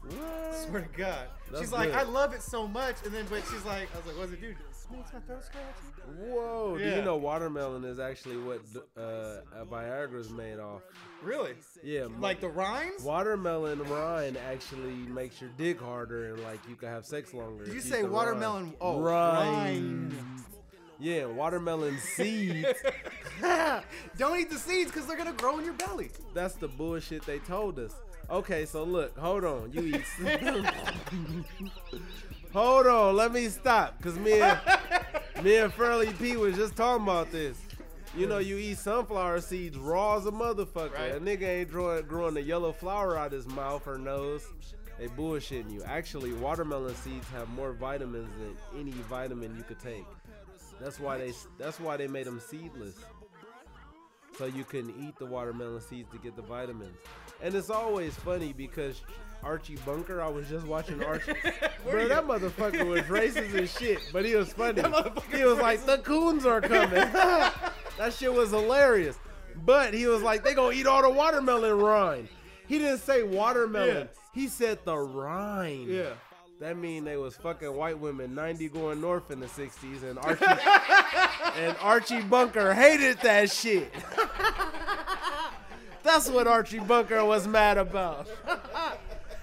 Speaker 2: What?
Speaker 1: Swear to God.
Speaker 2: That's
Speaker 1: she's like,
Speaker 2: good.
Speaker 1: I love it so much, and then but she's like, I was like, what's it do? It makes my throat scratchy.
Speaker 2: Whoa! Do
Speaker 1: Yeah.
Speaker 2: you know watermelon is actually what uh, uh, Viagra's made off?
Speaker 1: Really?
Speaker 2: Yeah,
Speaker 1: Like the rhymes?
Speaker 2: watermelon rind actually makes your dick harder and like you can have sex longer.
Speaker 1: Did you
Speaker 2: if
Speaker 1: say
Speaker 2: eat the
Speaker 1: watermelon?
Speaker 2: rind.
Speaker 1: Oh,
Speaker 2: rind.
Speaker 1: rind.
Speaker 2: Yeah, watermelon seeds.
Speaker 1: Don't eat the seeds because they're gonna grow in your belly.
Speaker 2: That's the bullshit they told us. Okay, so look, hold on. You eat. hold on, let me stop, cause me and me and Furley P was just talking about this. You know, you eat sunflower seeds raw as a motherfucker.
Speaker 1: Right.
Speaker 2: A nigga ain't growing, growing a yellow flower out his mouth or nose. They bullshitting you. Actually, watermelon seeds have more vitamins than any vitamin you could take. That's why they. That's why they made them seedless. So you couldn't eat the watermelon seeds to get the vitamins. And it's always funny because Archie Bunker, I was just watching Archie. Bro, that motherfucker was racist as shit, but he was funny.
Speaker 1: motherfucker
Speaker 2: He was like, the coons are coming. that shit was hilarious. But he was like, they gonna eat all the watermelon rind. He didn't say watermelon.
Speaker 1: Yeah.
Speaker 2: He said the rind.
Speaker 1: Yeah.
Speaker 2: That mean they was fucking white women 90 going north in the 60s and Archie and Archie Bunker hated that shit. That's what Archie Bunker was mad about.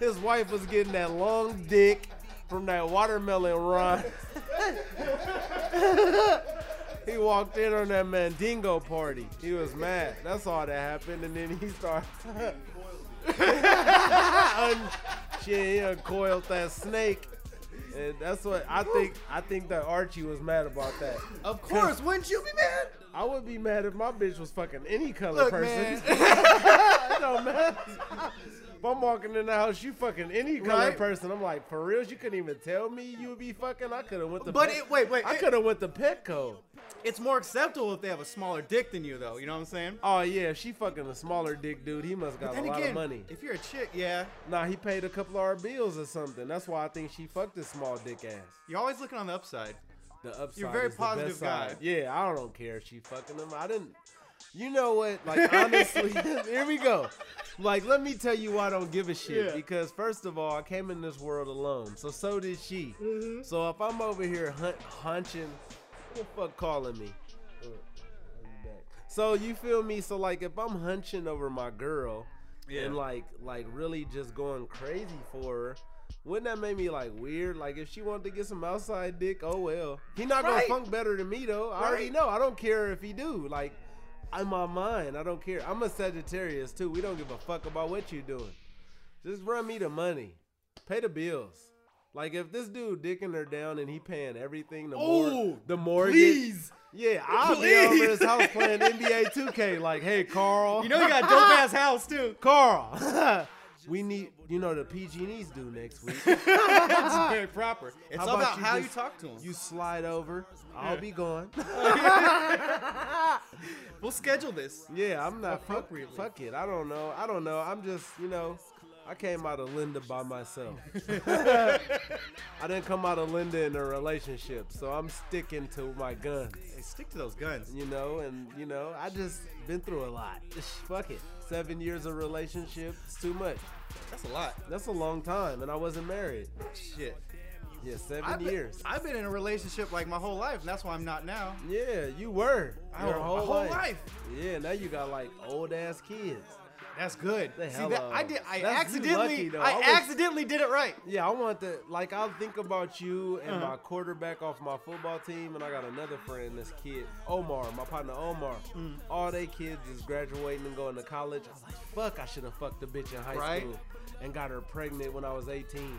Speaker 2: His wife was getting that long dick from that watermelon run. he walked in on that Mandingo party. He was mad. That's all that happened. And then he started. un- shit, he uncoiled that snake. And that's what I think. I think that Archie was mad about that.
Speaker 1: Of course, wouldn't you be mad?
Speaker 2: I would be mad if my bitch was fucking any color
Speaker 1: Look,
Speaker 2: person.
Speaker 1: man.
Speaker 2: it don't matter. If I'm walking in the house, you fucking any color
Speaker 1: Right?
Speaker 2: person. I'm like, for real, you couldn't even tell me you would be fucking. I could have went the.
Speaker 1: But it- wait, wait,
Speaker 2: I
Speaker 1: it-
Speaker 2: could have went the Petco.
Speaker 1: It's more acceptable if they have a smaller dick than you, though. You know what I'm saying?
Speaker 2: Oh yeah, if she fucking a smaller dick dude. He must got a
Speaker 1: Then
Speaker 2: lot
Speaker 1: again,
Speaker 2: of money.
Speaker 1: if you're a chick, yeah,
Speaker 2: Nah, he paid a couple of our bills or something. That's why I think she fucked his small dick ass.
Speaker 1: you're always looking on the upside.
Speaker 2: The upside.
Speaker 1: You're a very
Speaker 2: is the best
Speaker 1: positive guy.
Speaker 2: side. Yeah, I don't care if she fucking him. I didn't. You know what? Like honestly, here we go. Like, let me tell you why I don't give a shit.
Speaker 1: Yeah.
Speaker 2: Because first of all, I came in this world alone, so so did she.
Speaker 1: Mm-hmm.
Speaker 2: So if I'm over here hunt, hunching, who the fuck calling me? Uh, I'm back. So you feel me? So like, if I'm hunching over my girl,
Speaker 1: Yeah.
Speaker 2: and like like really just going crazy for her. Wouldn't that make me like weird? Like if she wanted to get some outside dick, oh well. He not gonna
Speaker 1: Right.
Speaker 2: funk better than me though. I already
Speaker 1: Right.
Speaker 2: know. I don't care if he do. Like in my mind, I don't care. I'm a Sagittarius too. We don't give a fuck about what you doing. Just run me the money, pay the bills. Like if this dude dicking her down and he paying everything, the more
Speaker 1: Oh,
Speaker 2: the mortgage.
Speaker 1: please.
Speaker 2: Yeah, I'll be over
Speaker 1: Please.
Speaker 2: his house playing NBA 2K. Like, hey Carl,
Speaker 1: You know you got a dope ass house too.
Speaker 2: Carl. we need, you know, the PG&E's due next week.
Speaker 1: That's very proper. It's all about, how you
Speaker 2: just-
Speaker 1: talk to them.
Speaker 2: You slide over. I'll be gone.
Speaker 1: we'll schedule this.
Speaker 2: yeah, I'm not fuck,
Speaker 1: Appropriately.
Speaker 2: fuck it. I don't know. I don't know. I'm just, you know, I came out of Linda by myself. I didn't come out of Linda in a relationship, so I'm sticking to my guns.
Speaker 1: Hey, stick to those guns.
Speaker 2: You know, and you know, I just been through a lot. Fuck it. Seven years of relationship, it's too much.
Speaker 1: That's a lot.
Speaker 2: That's a long time, and I wasn't married.
Speaker 1: Shit.
Speaker 2: Yeah, 7
Speaker 1: I've been,
Speaker 2: years.
Speaker 1: I've been in a relationship like my whole life, and that's why I'm not now.
Speaker 2: Yeah, you were.
Speaker 1: I
Speaker 2: Your
Speaker 1: was- my
Speaker 2: whole,
Speaker 1: whole
Speaker 2: life.
Speaker 1: life.
Speaker 2: Yeah, now you got like old ass kids.
Speaker 1: That's good.
Speaker 2: The
Speaker 1: See
Speaker 2: hell
Speaker 1: that?
Speaker 2: out
Speaker 1: I
Speaker 2: of
Speaker 1: did.
Speaker 2: it.
Speaker 1: I
Speaker 2: That's you lucky,
Speaker 1: accidentally.
Speaker 2: though.
Speaker 1: I,
Speaker 2: I was-
Speaker 1: accidentally did it right.
Speaker 2: Yeah, I want to like I'll think about you and
Speaker 1: Uh-huh.
Speaker 2: my quarterback off my football team, and I got another friend, this kid Omar, my partner Omar.
Speaker 1: Mm.
Speaker 2: All they kids is graduating and going to college. I was like, fuck, I should have fucked the bitch in high
Speaker 1: Right.
Speaker 2: school and got her pregnant when I was 18.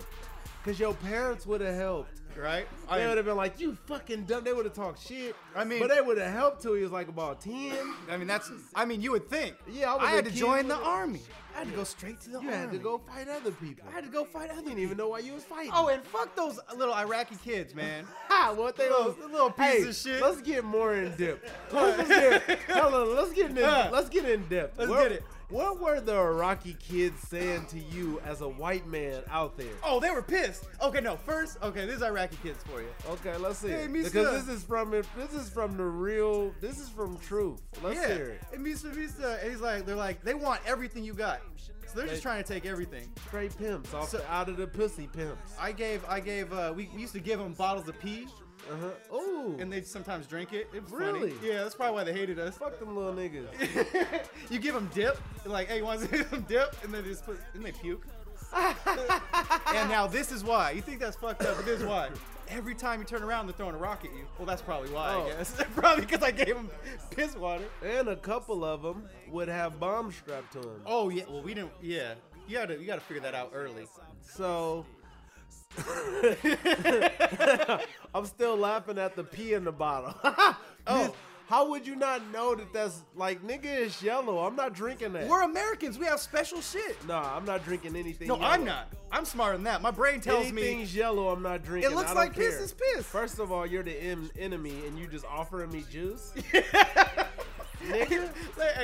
Speaker 2: Cause your parents would have helped.
Speaker 1: Right?
Speaker 2: They would
Speaker 1: I,
Speaker 2: have been like, "You fucking dumb." They would have talked shit.
Speaker 1: I mean-
Speaker 2: but they would have helped till he was like about ten.
Speaker 1: I mean, that's. I mean, you would think.
Speaker 2: Yeah, I was
Speaker 1: I,
Speaker 2: a
Speaker 1: had to
Speaker 2: kid
Speaker 1: join
Speaker 2: with
Speaker 1: the
Speaker 2: it.
Speaker 1: army. I had to go straight to the
Speaker 2: You
Speaker 1: army.
Speaker 2: had to go fight other people.
Speaker 1: I had to go fight
Speaker 2: I
Speaker 1: other.
Speaker 2: didn't even know why you was fighting.
Speaker 1: Oh, and fuck those little Iraqi kids, man.
Speaker 2: ha, what they
Speaker 1: little-
Speaker 2: was
Speaker 1: little
Speaker 2: hey,
Speaker 1: piece of shit.
Speaker 2: Let's get more in depth. Let's get, hold on, let's get in.
Speaker 1: Huh.
Speaker 2: Let's get in depth.
Speaker 1: Let's
Speaker 2: What-
Speaker 1: get it.
Speaker 2: What were the Iraqi kids saying to you as a white man out there?
Speaker 1: Oh, they were pissed. Okay, no. First, okay, this is Iraqi kids for you.
Speaker 2: Okay, let's see.
Speaker 1: Hey, mister.
Speaker 2: because this is from this is from the real. This is from truth. Let's
Speaker 1: yeah.
Speaker 2: hear it.
Speaker 1: And Misa Misa, and he's like, they're like, they want everything you got. So they're
Speaker 2: They-
Speaker 1: just trying to take everything.
Speaker 2: Straight pimps off
Speaker 1: So-
Speaker 2: the, out of the pussy pimps.
Speaker 1: I gave, I gave, uh, we, we used to give them bottles of pee,
Speaker 2: Uh huh. Ooh.
Speaker 1: and they'd sometimes drink it. It was
Speaker 2: Really?
Speaker 1: funny. Yeah, that's probably why they hated us.
Speaker 2: fuck them little niggas.
Speaker 1: you give them dip, like, hey, you want to some dip? And then they just put, and they puke. and now this is why. You think that's fucked up, but this is why. Every time you turn around, they're throwing a rock at you. Well, that's probably why,
Speaker 2: Oh.
Speaker 1: I guess. probably because I gave them piss water.
Speaker 2: And a couple of them would have bombs strapped to them.
Speaker 1: Oh, yeah. Well, we didn't, yeah. You gotta, you gotta figure that out early.
Speaker 2: So I'm still laughing at the pee in the bottle.
Speaker 1: Oh.
Speaker 2: How would you not know that that's like nigga is yellow? I'm not drinking that.
Speaker 1: We're Americans. We have special shit.
Speaker 2: nah, I'm not drinking anything.
Speaker 1: No,
Speaker 2: yellow.
Speaker 1: I'm not. I'm smarter than that. My brain tells me.
Speaker 2: Anything's yellow, I'm not drinking.
Speaker 1: It looks
Speaker 2: I don't
Speaker 1: like piss
Speaker 2: care.
Speaker 1: is piss.
Speaker 2: First of all, you're the en- enemy, and you just offering me juice. nigga,
Speaker 1: Like, hey,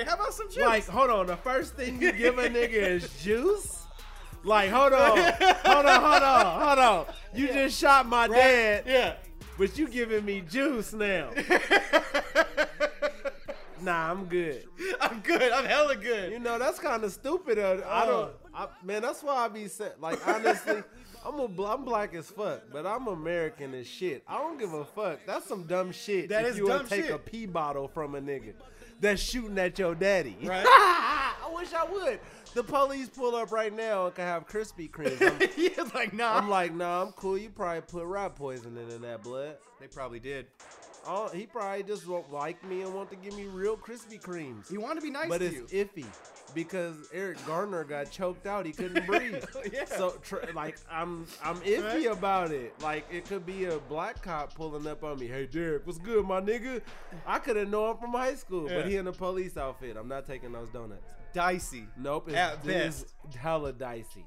Speaker 1: how about some juice?
Speaker 2: Like, hold on. The first thing you give a nigga is juice. Like, hold on, hold on, hold on, hold on. You just shot my dad,
Speaker 1: yeah.
Speaker 2: but you giving me juice now. nah, I'm good.
Speaker 1: I'm good. I'm hella good.
Speaker 2: You know that's kind of stupid. uh, I don't, I, man. That's why I be sa- like, honestly, I'm a, bl- I'm black as fuck, but I'm American as shit. I don't give a fuck. That's some dumb shit.
Speaker 1: That
Speaker 2: if
Speaker 1: is
Speaker 2: you wanna
Speaker 1: dumb
Speaker 2: take
Speaker 1: shit.
Speaker 2: a pee bottle from a nigga that's shooting at your daddy.
Speaker 1: Right.
Speaker 2: I wish I would. The police pull up right now and can have Krispy Kreme. I'm,
Speaker 1: He is like, nah.
Speaker 2: I'm like, nah, I'm cool. You probably put rat poisoning in that blood.
Speaker 1: they probably did.
Speaker 2: all, he probably just won't like me and want to give me real Krispy Kremes.
Speaker 1: He wanted to be nice
Speaker 2: but
Speaker 1: to
Speaker 2: it's
Speaker 1: you.
Speaker 2: iffy because Eric Garner got choked out. He couldn't breathe.
Speaker 1: Oh, Yeah.
Speaker 2: So tr- like I'm I'm iffy
Speaker 1: Right.
Speaker 2: about it. Like it could be a black cop pulling up on me. Hey Derek, what's good, my nigga? I could have known him from high school, but
Speaker 1: Yeah.
Speaker 2: he in a police outfit. I'm not taking those donuts.
Speaker 1: dicey.
Speaker 2: Nope. It's,
Speaker 1: At
Speaker 2: this is hella dicey.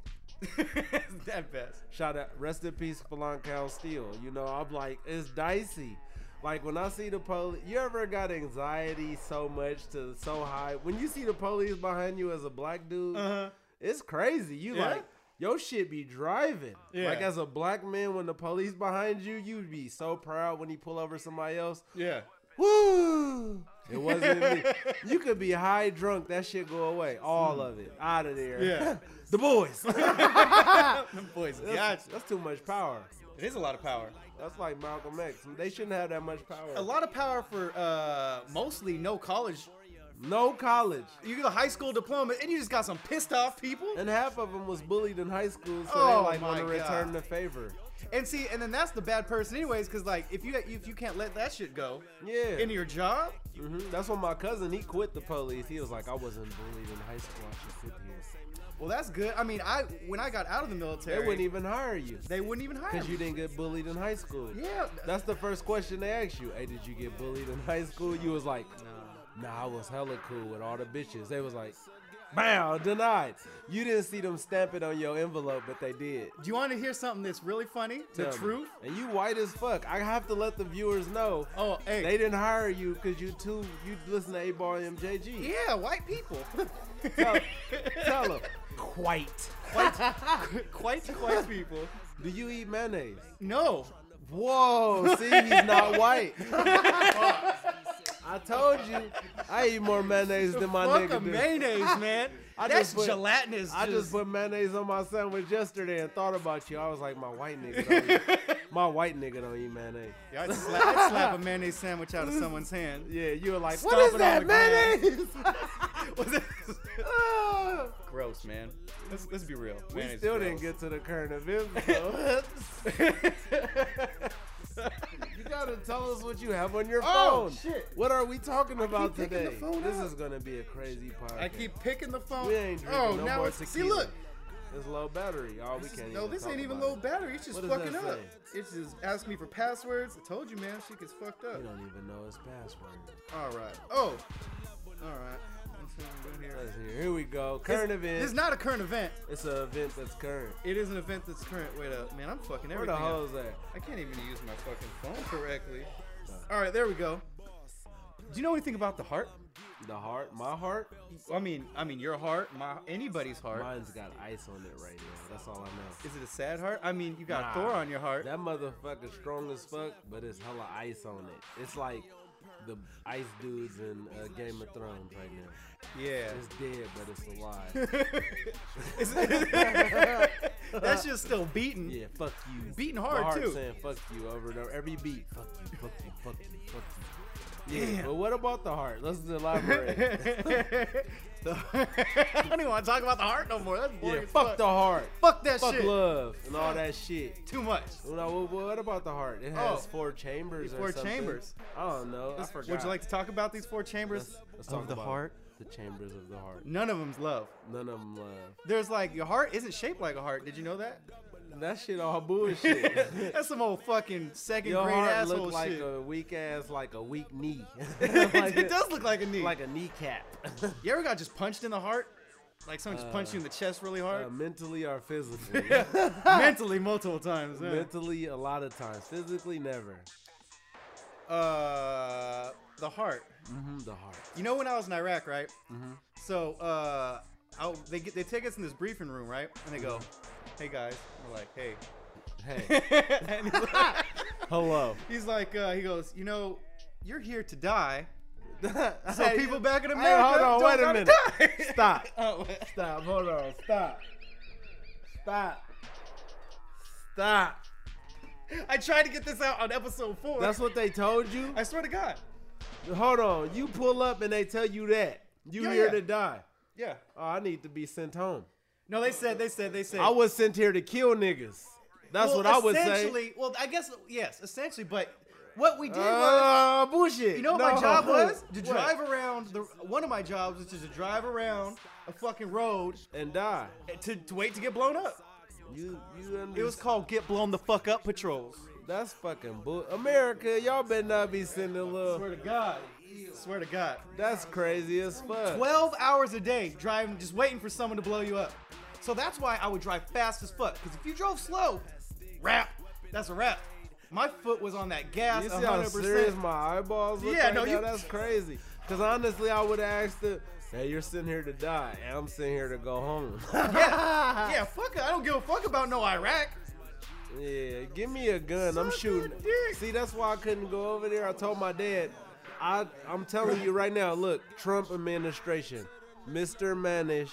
Speaker 1: At best.
Speaker 2: Shout out, rest in peace, Polanco Steel. You know, I'm like, it's dicey. Like when I see the police, you ever got anxiety so much to so high? When you see the police behind you as a black dude,
Speaker 1: Uh-huh.
Speaker 2: it's crazy. You
Speaker 1: Yeah?
Speaker 2: like, your shit be driving.
Speaker 1: Yeah.
Speaker 2: Like as a black man, when the police behind you, you'd be so proud when you pull over somebody else.
Speaker 1: Yeah.
Speaker 2: Woo! It wasn't me. You could be high drunk, that shit go away, all of it, out of there.
Speaker 1: Yeah.
Speaker 2: the boys.
Speaker 1: Them boys got
Speaker 2: That's,
Speaker 1: you.
Speaker 2: that's too much power.
Speaker 1: It is a lot of power.
Speaker 2: That's like Malcolm X. They shouldn't have that much power.
Speaker 1: A lot of power for uh, mostly no college.
Speaker 2: No college.
Speaker 1: You get a high school diploma and you just got some pissed off people.
Speaker 2: And half of them was bullied in high school, so
Speaker 1: Oh
Speaker 2: they like want to
Speaker 1: my
Speaker 2: return
Speaker 1: God.
Speaker 2: the favor.
Speaker 1: And see, and then that's the bad person, anyways, because like if you if you can't let that shit go
Speaker 2: Yeah.
Speaker 1: in your job,
Speaker 2: Mhm. That's when my cousin he quit the police. He was like, I wasn't bullied in high school. I should quit here.
Speaker 1: well, that's good. I mean, I when I got out of the
Speaker 2: They
Speaker 1: military,
Speaker 2: wouldn't even hire you
Speaker 1: they wouldn't even hire
Speaker 2: because
Speaker 1: me.
Speaker 2: you didn't get bullied in high school.
Speaker 1: yeah,
Speaker 2: That's the first question they ask you. Hey, did you get bullied in high school? You was like, Nah, I was hella cool with all the bitches. They was like, Bow denied. You didn't see them stamp it on your envelope, but they did.
Speaker 1: Do you want to hear something that's really funny? the
Speaker 2: Tell me.
Speaker 1: truth.
Speaker 2: And you white as fuck. I have to let the viewers know.
Speaker 1: Oh, hey.
Speaker 2: They didn't hire you because you too. You listen to A Bar MJG.
Speaker 1: Yeah, white people.
Speaker 2: Tell, tell 'em. Quite.
Speaker 1: quite quite people.
Speaker 2: Do you eat mayonnaise?
Speaker 1: No.
Speaker 2: Whoa. See, he's not white. I told you. I eat more mayonnaise than my
Speaker 1: Fuck
Speaker 2: nigga
Speaker 1: a
Speaker 2: do.
Speaker 1: mayonnaise, man.
Speaker 2: I
Speaker 1: that's
Speaker 2: just put-
Speaker 1: gelatinous.
Speaker 2: I just put mayonnaise on my sandwich yesterday and thought about you. I was like, my white nigga don't eat, my white nigga don't eat mayonnaise.
Speaker 1: Yeah, I'd, slap, I'd slap a mayonnaise sandwich out of someone's hand.
Speaker 2: Yeah, you were like,
Speaker 1: Stomp
Speaker 2: what
Speaker 1: it
Speaker 2: is
Speaker 1: on
Speaker 2: that
Speaker 1: the ground.
Speaker 2: mayonnaise? Ah.
Speaker 1: Gross, man. Let's, let's be real.
Speaker 2: we
Speaker 1: Mayonnaise is
Speaker 2: still didn't
Speaker 1: gross.
Speaker 2: get to the current events. though. you gotta tell us what you have on your
Speaker 1: Oh,
Speaker 2: phone.
Speaker 1: shit.
Speaker 2: What are we talking about
Speaker 1: picking the
Speaker 2: today?
Speaker 1: phone
Speaker 2: this
Speaker 1: up.
Speaker 2: is gonna be a crazy podcast.
Speaker 1: I keep picking the phone.
Speaker 2: We ain't drinking
Speaker 1: oh,
Speaker 2: no
Speaker 1: now
Speaker 2: more
Speaker 1: it's,
Speaker 2: tequila.
Speaker 1: see, look.
Speaker 2: It's low battery. All we can't.
Speaker 1: No,
Speaker 2: even
Speaker 1: this
Speaker 2: talk
Speaker 1: ain't even
Speaker 2: about
Speaker 1: low
Speaker 2: it.
Speaker 1: battery. It's just
Speaker 2: What does
Speaker 1: fucking
Speaker 2: that
Speaker 1: up.
Speaker 2: say?
Speaker 1: It's just asking me for passwords. I told you, man. She gets fucked up.
Speaker 2: You don't even know his password.
Speaker 1: All right. Oh. All right. Let's see what I'm doing here.
Speaker 2: Let's hear- Here we go. Current
Speaker 1: It's-
Speaker 2: event.
Speaker 1: It's not a current event.
Speaker 2: It's an event that's current.
Speaker 1: It is an event that's current. Wait up, man. I'm fucking
Speaker 2: Where
Speaker 1: everything.
Speaker 2: the
Speaker 1: up.
Speaker 2: hoes at?
Speaker 1: I can't even use my fucking phone correctly. All right, there we go. Do you know anything about the heart?
Speaker 2: The heart? My heart?
Speaker 1: I mean, I mean your heart, my anybody's heart.
Speaker 2: Mine's got ice on it right now. That's all I know.
Speaker 1: Is it a sad heart? I mean, you got
Speaker 2: Nah.
Speaker 1: Thor on your heart.
Speaker 2: That motherfucker strong as fuck, but it's hella ice on it. It's like the ice dudes in uh, Game of Thrones right now.
Speaker 1: yeah.
Speaker 2: It's dead, but it's alive.
Speaker 1: That's just still beating.
Speaker 2: yeah, fuck you.
Speaker 1: Beating
Speaker 2: My
Speaker 1: hard,
Speaker 2: heart
Speaker 1: too.
Speaker 2: Saying fuck you over and over. Every beat. Fuck you. Fuck you. Fuck you. Fuck you. Yeah.
Speaker 1: Damn.
Speaker 2: But what about the heart? Let's elaborate.
Speaker 1: I don't even want to talk about the heart no more. That's boring.
Speaker 2: yeah.
Speaker 1: as
Speaker 2: Fuck the heart.
Speaker 1: Fuck that
Speaker 2: Fuck
Speaker 1: shit.
Speaker 2: love and all that shit.
Speaker 1: Too much.
Speaker 2: Well, now, what, what about the heart? It has
Speaker 1: Oh.
Speaker 2: four chambers.
Speaker 1: Four
Speaker 2: or something.
Speaker 1: chambers.
Speaker 2: I don't know. I forgot.
Speaker 1: Would you like to talk about these four chambers
Speaker 2: Let's- let's
Speaker 1: of
Speaker 2: talk
Speaker 1: the
Speaker 2: about
Speaker 1: heart?
Speaker 2: The chambers of the heart.
Speaker 1: None of them's love.
Speaker 2: None of uh, them love.
Speaker 1: There's like your heart isn't shaped like a heart. Did you know that?
Speaker 2: That shit all bullshit.
Speaker 1: That's some old fucking second
Speaker 2: Your
Speaker 1: grade
Speaker 2: heart
Speaker 1: asshole
Speaker 2: look like
Speaker 1: shit.
Speaker 2: a weak ass, like a weak knee.
Speaker 1: it,
Speaker 2: like, a,
Speaker 1: does look like a knee.
Speaker 2: like a kneecap.
Speaker 1: you ever got just punched in the heart? Like someone just punched you in the chest really hard?
Speaker 2: Uh, mentally or physically.
Speaker 1: Mentally, multiple times. yeah.
Speaker 2: mentally, a lot of times. Physically, never.
Speaker 1: Uh, the heart.
Speaker 2: hmm the heart.
Speaker 1: You know when I was in Iraq, right?
Speaker 2: Mm-hmm.
Speaker 1: So uh, I, they get, they take us in this briefing room, right? And they go, "Hey guys," we're like, "Hey."
Speaker 2: Hey,
Speaker 1: and he's like,
Speaker 2: hello.
Speaker 1: he's like uh, he goes, "You know, you're here to die." So
Speaker 2: Hey,
Speaker 1: people
Speaker 2: you-
Speaker 1: back in
Speaker 2: hey,
Speaker 1: America,
Speaker 2: hold on,
Speaker 1: don't
Speaker 2: wait a
Speaker 1: gotta
Speaker 2: minute.
Speaker 1: die.
Speaker 2: Stop.
Speaker 1: Oh,
Speaker 2: Stop, hold on, stop. Stop. Stop.
Speaker 1: I tried to get this out on episode four.
Speaker 2: That's what they told you?
Speaker 1: I swear to God.
Speaker 2: Hold on, you pull up and they tell you that. You
Speaker 1: Yeah,
Speaker 2: here
Speaker 1: yeah.
Speaker 2: to die.
Speaker 1: Yeah.
Speaker 2: Oh, I need to be sent home.
Speaker 1: No, they said, they said, they said.
Speaker 2: I was sent here to kill niggas. That's
Speaker 1: well,
Speaker 2: what I would say.
Speaker 1: essentially- Well, I guess yes, essentially. But what we did was,
Speaker 2: Uh, bullshit.
Speaker 1: you know, what my
Speaker 2: No.
Speaker 1: job was to
Speaker 2: What?
Speaker 1: drive around. The one of my jobs was to drive around a fucking road
Speaker 2: and die.
Speaker 1: to, to wait to get blown up.
Speaker 2: You you understand?
Speaker 1: It was called "Get Blown the Fuck Up" patrols.
Speaker 2: That's fucking bull. America, y'all better not be sending a little.
Speaker 1: Swear to God. Swear to God.
Speaker 2: That's crazy as fuck.
Speaker 1: 12 hours a day driving, just waiting for someone to blow you up. So that's why I would drive fast as fuck. Because if you drove slow, rap. That's a rap. My foot was on that gas
Speaker 2: You see how
Speaker 1: 100%.
Speaker 2: serious my eyeballs look
Speaker 1: Yeah,
Speaker 2: right
Speaker 1: no,
Speaker 2: now?
Speaker 1: you-
Speaker 2: That's crazy. Because honestly, I would have asked it. Now you're sitting here to die, and I'm sitting here to go home.
Speaker 1: yeah, yeah, fuck it. I don't give a fuck about no Iraq.
Speaker 2: yeah, give me a gun. I'm
Speaker 1: Suck a
Speaker 2: shooting.
Speaker 1: dick.
Speaker 2: See, that's why I couldn't go over there. I told my dad, I, I'm telling you right now. Look, Trump administration, Mr. Manish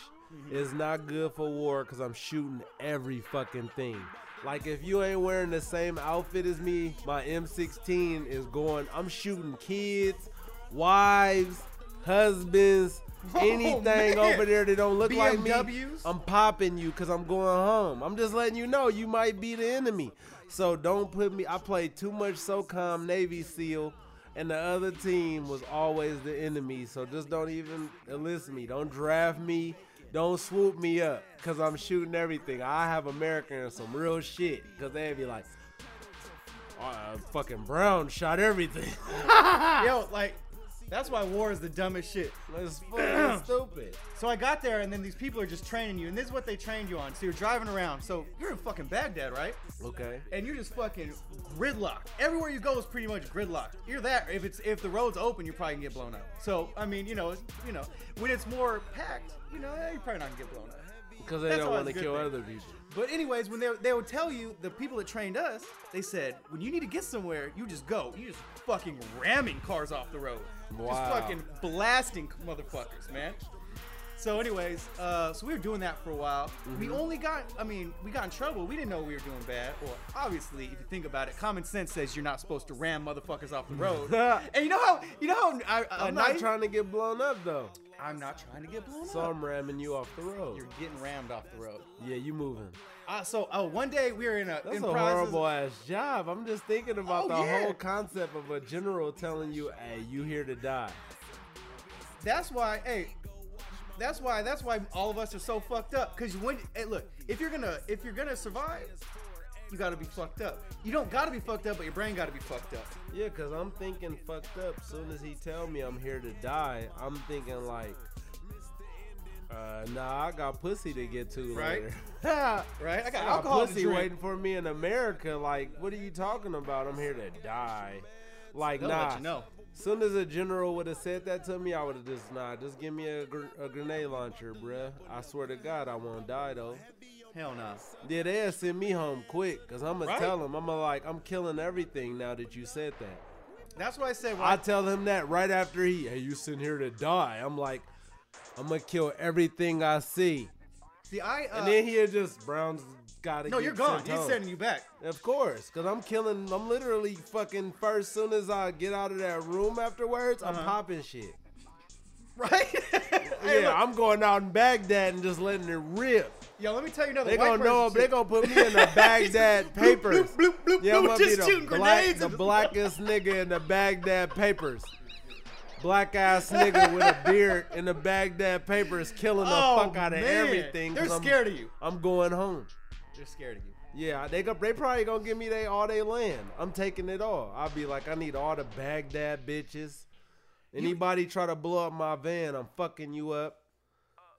Speaker 2: is not good for war because I'm shooting every fucking thing. Like if you ain't wearing the same outfit as me, my M16 is going. I'm shooting kids, wives, husbands,
Speaker 1: Oh,
Speaker 2: anything
Speaker 1: man.
Speaker 2: over there that don't look like me.
Speaker 1: BMWs?
Speaker 2: I'm popping you because I'm going home. I'm just letting you know you might be the enemy. So don't put me. I played too much SOCOM Navy SEAL, and the other team was always the enemy. So just don't even enlist me. Don't draft me. Don't swoop me up because I'm shooting everything. I have America and some real shit because they be like, uh, fucking Brown shot everything. Ah.
Speaker 1: Yo, like, that's why war is the dumbest shit.
Speaker 2: it's fucking stupid.
Speaker 1: So I got there, and then these people are just training you, and this is what they trained you on. So you're driving around. So you're in fucking Baghdad, right?
Speaker 2: Okay.
Speaker 1: and you're just fucking gridlocked. Everywhere you go is pretty much gridlocked. You're that. If it's if the road's open, you probably can get blown up. So I mean, you know, it's- you know, when it's more packed, you know, eh, you're probably not gonna get blown up.
Speaker 2: Because they
Speaker 1: That's
Speaker 2: don't
Speaker 1: always
Speaker 2: want
Speaker 1: a
Speaker 2: to
Speaker 1: good
Speaker 2: kill
Speaker 1: thing.
Speaker 2: other people.
Speaker 1: But anyways, when they they would tell you the people that trained us, they said when you need to get somewhere, you just go. You just fucking ramming cars off the road.
Speaker 2: Wow.
Speaker 1: Just fucking blasting motherfuckers, man. So anyways, uh, so we were doing that for a while.
Speaker 2: Mm-hmm.
Speaker 1: We only got, I mean, we got in trouble. We didn't know we were doing bad. Well, obviously, if you think about it, common sense says you're not supposed to ram motherfuckers off the road. and you know how, you know how, I,
Speaker 2: I'm not trying to get blown up though.
Speaker 1: I'm not trying to get blown
Speaker 2: So
Speaker 1: up.
Speaker 2: I'm ramming you off the road.
Speaker 1: You're getting rammed off the road.
Speaker 2: Yeah, you moving.
Speaker 1: Uh, so uh, one day we were in a
Speaker 2: That's
Speaker 1: in
Speaker 2: a
Speaker 1: process-
Speaker 2: horrible ass job. I'm just thinking about
Speaker 1: Oh,
Speaker 2: the
Speaker 1: yeah.
Speaker 2: whole concept of a general telling you, "Hey, you here to die."
Speaker 1: That's why, hey, that's why, that's why all of us are so fucked up. Cause when, hey, look, if you're gonna, if you're gonna survive, you gotta be fucked up. You don't gotta be fucked up, but your brain gotta be fucked up.
Speaker 2: Yeah, cause I'm thinking fucked up. Soon as he tell me I'm here to die, I'm thinking like, uh, "Nah, I got pussy to get to
Speaker 1: Right.
Speaker 2: later." I
Speaker 1: Right? I got
Speaker 2: got
Speaker 1: alcohol to
Speaker 2: pussy
Speaker 1: drink.
Speaker 2: waiting for me in America. Like, what are you talking about? I'm here to die. Like,
Speaker 1: They'll
Speaker 2: nah.
Speaker 1: let you know.
Speaker 2: Soon as a general would have said that to me, I would have just nah. Just give me a, gr- a grenade launcher, bruh. I swear to God, I won't die though.
Speaker 1: Hell no.
Speaker 2: Yeah, they'll send me home quick, cause I'ma
Speaker 1: Right?
Speaker 2: tell him. I'ma like, I'm killing everything now that you said that.
Speaker 1: That's what I said. When
Speaker 2: I
Speaker 1: I,
Speaker 2: tell him that right after he, hey, you sitting here to die. I'm like, I'ma kill everything I see,
Speaker 1: see, I uh,
Speaker 2: and then he'll just Brown's gotta.
Speaker 1: no,
Speaker 2: get
Speaker 1: you're gone.
Speaker 2: sent
Speaker 1: He's
Speaker 2: home.
Speaker 1: sending you back.
Speaker 2: Of course, cause I'm killing. I'm literally fucking first. Soon as I get out of that room afterwards, I'm
Speaker 1: Uh-huh.
Speaker 2: popping shit.
Speaker 1: Right? hey,
Speaker 2: yeah,
Speaker 1: look,
Speaker 2: I'm going out in Baghdad and just letting it rip.
Speaker 1: yo, let me tell you another.
Speaker 2: They
Speaker 1: white
Speaker 2: gonna know.
Speaker 1: person
Speaker 2: They
Speaker 1: shit.
Speaker 2: gonna put me in the Baghdad papers.
Speaker 1: Bloop, bloop, bloop, bloop,
Speaker 2: yeah, I'm gonna
Speaker 1: just
Speaker 2: be
Speaker 1: shooting
Speaker 2: the, black,
Speaker 1: grenades.
Speaker 2: the
Speaker 1: and-
Speaker 2: blackest nigga in the Baghdad papers. Black ass nigga with a beard in the Baghdad papers, killing the
Speaker 1: Oh,
Speaker 2: fuck out of
Speaker 1: man.
Speaker 2: everything. 'cause
Speaker 1: They're
Speaker 2: I'm-
Speaker 1: scared of you.
Speaker 2: I'm going home.
Speaker 1: They're scared of you.
Speaker 2: Yeah, they go, they probably gonna give me they all they land. I'm taking it all. I'll be like, I need all the Baghdad bitches. Anybody try to blow up my van, I'm fucking you up.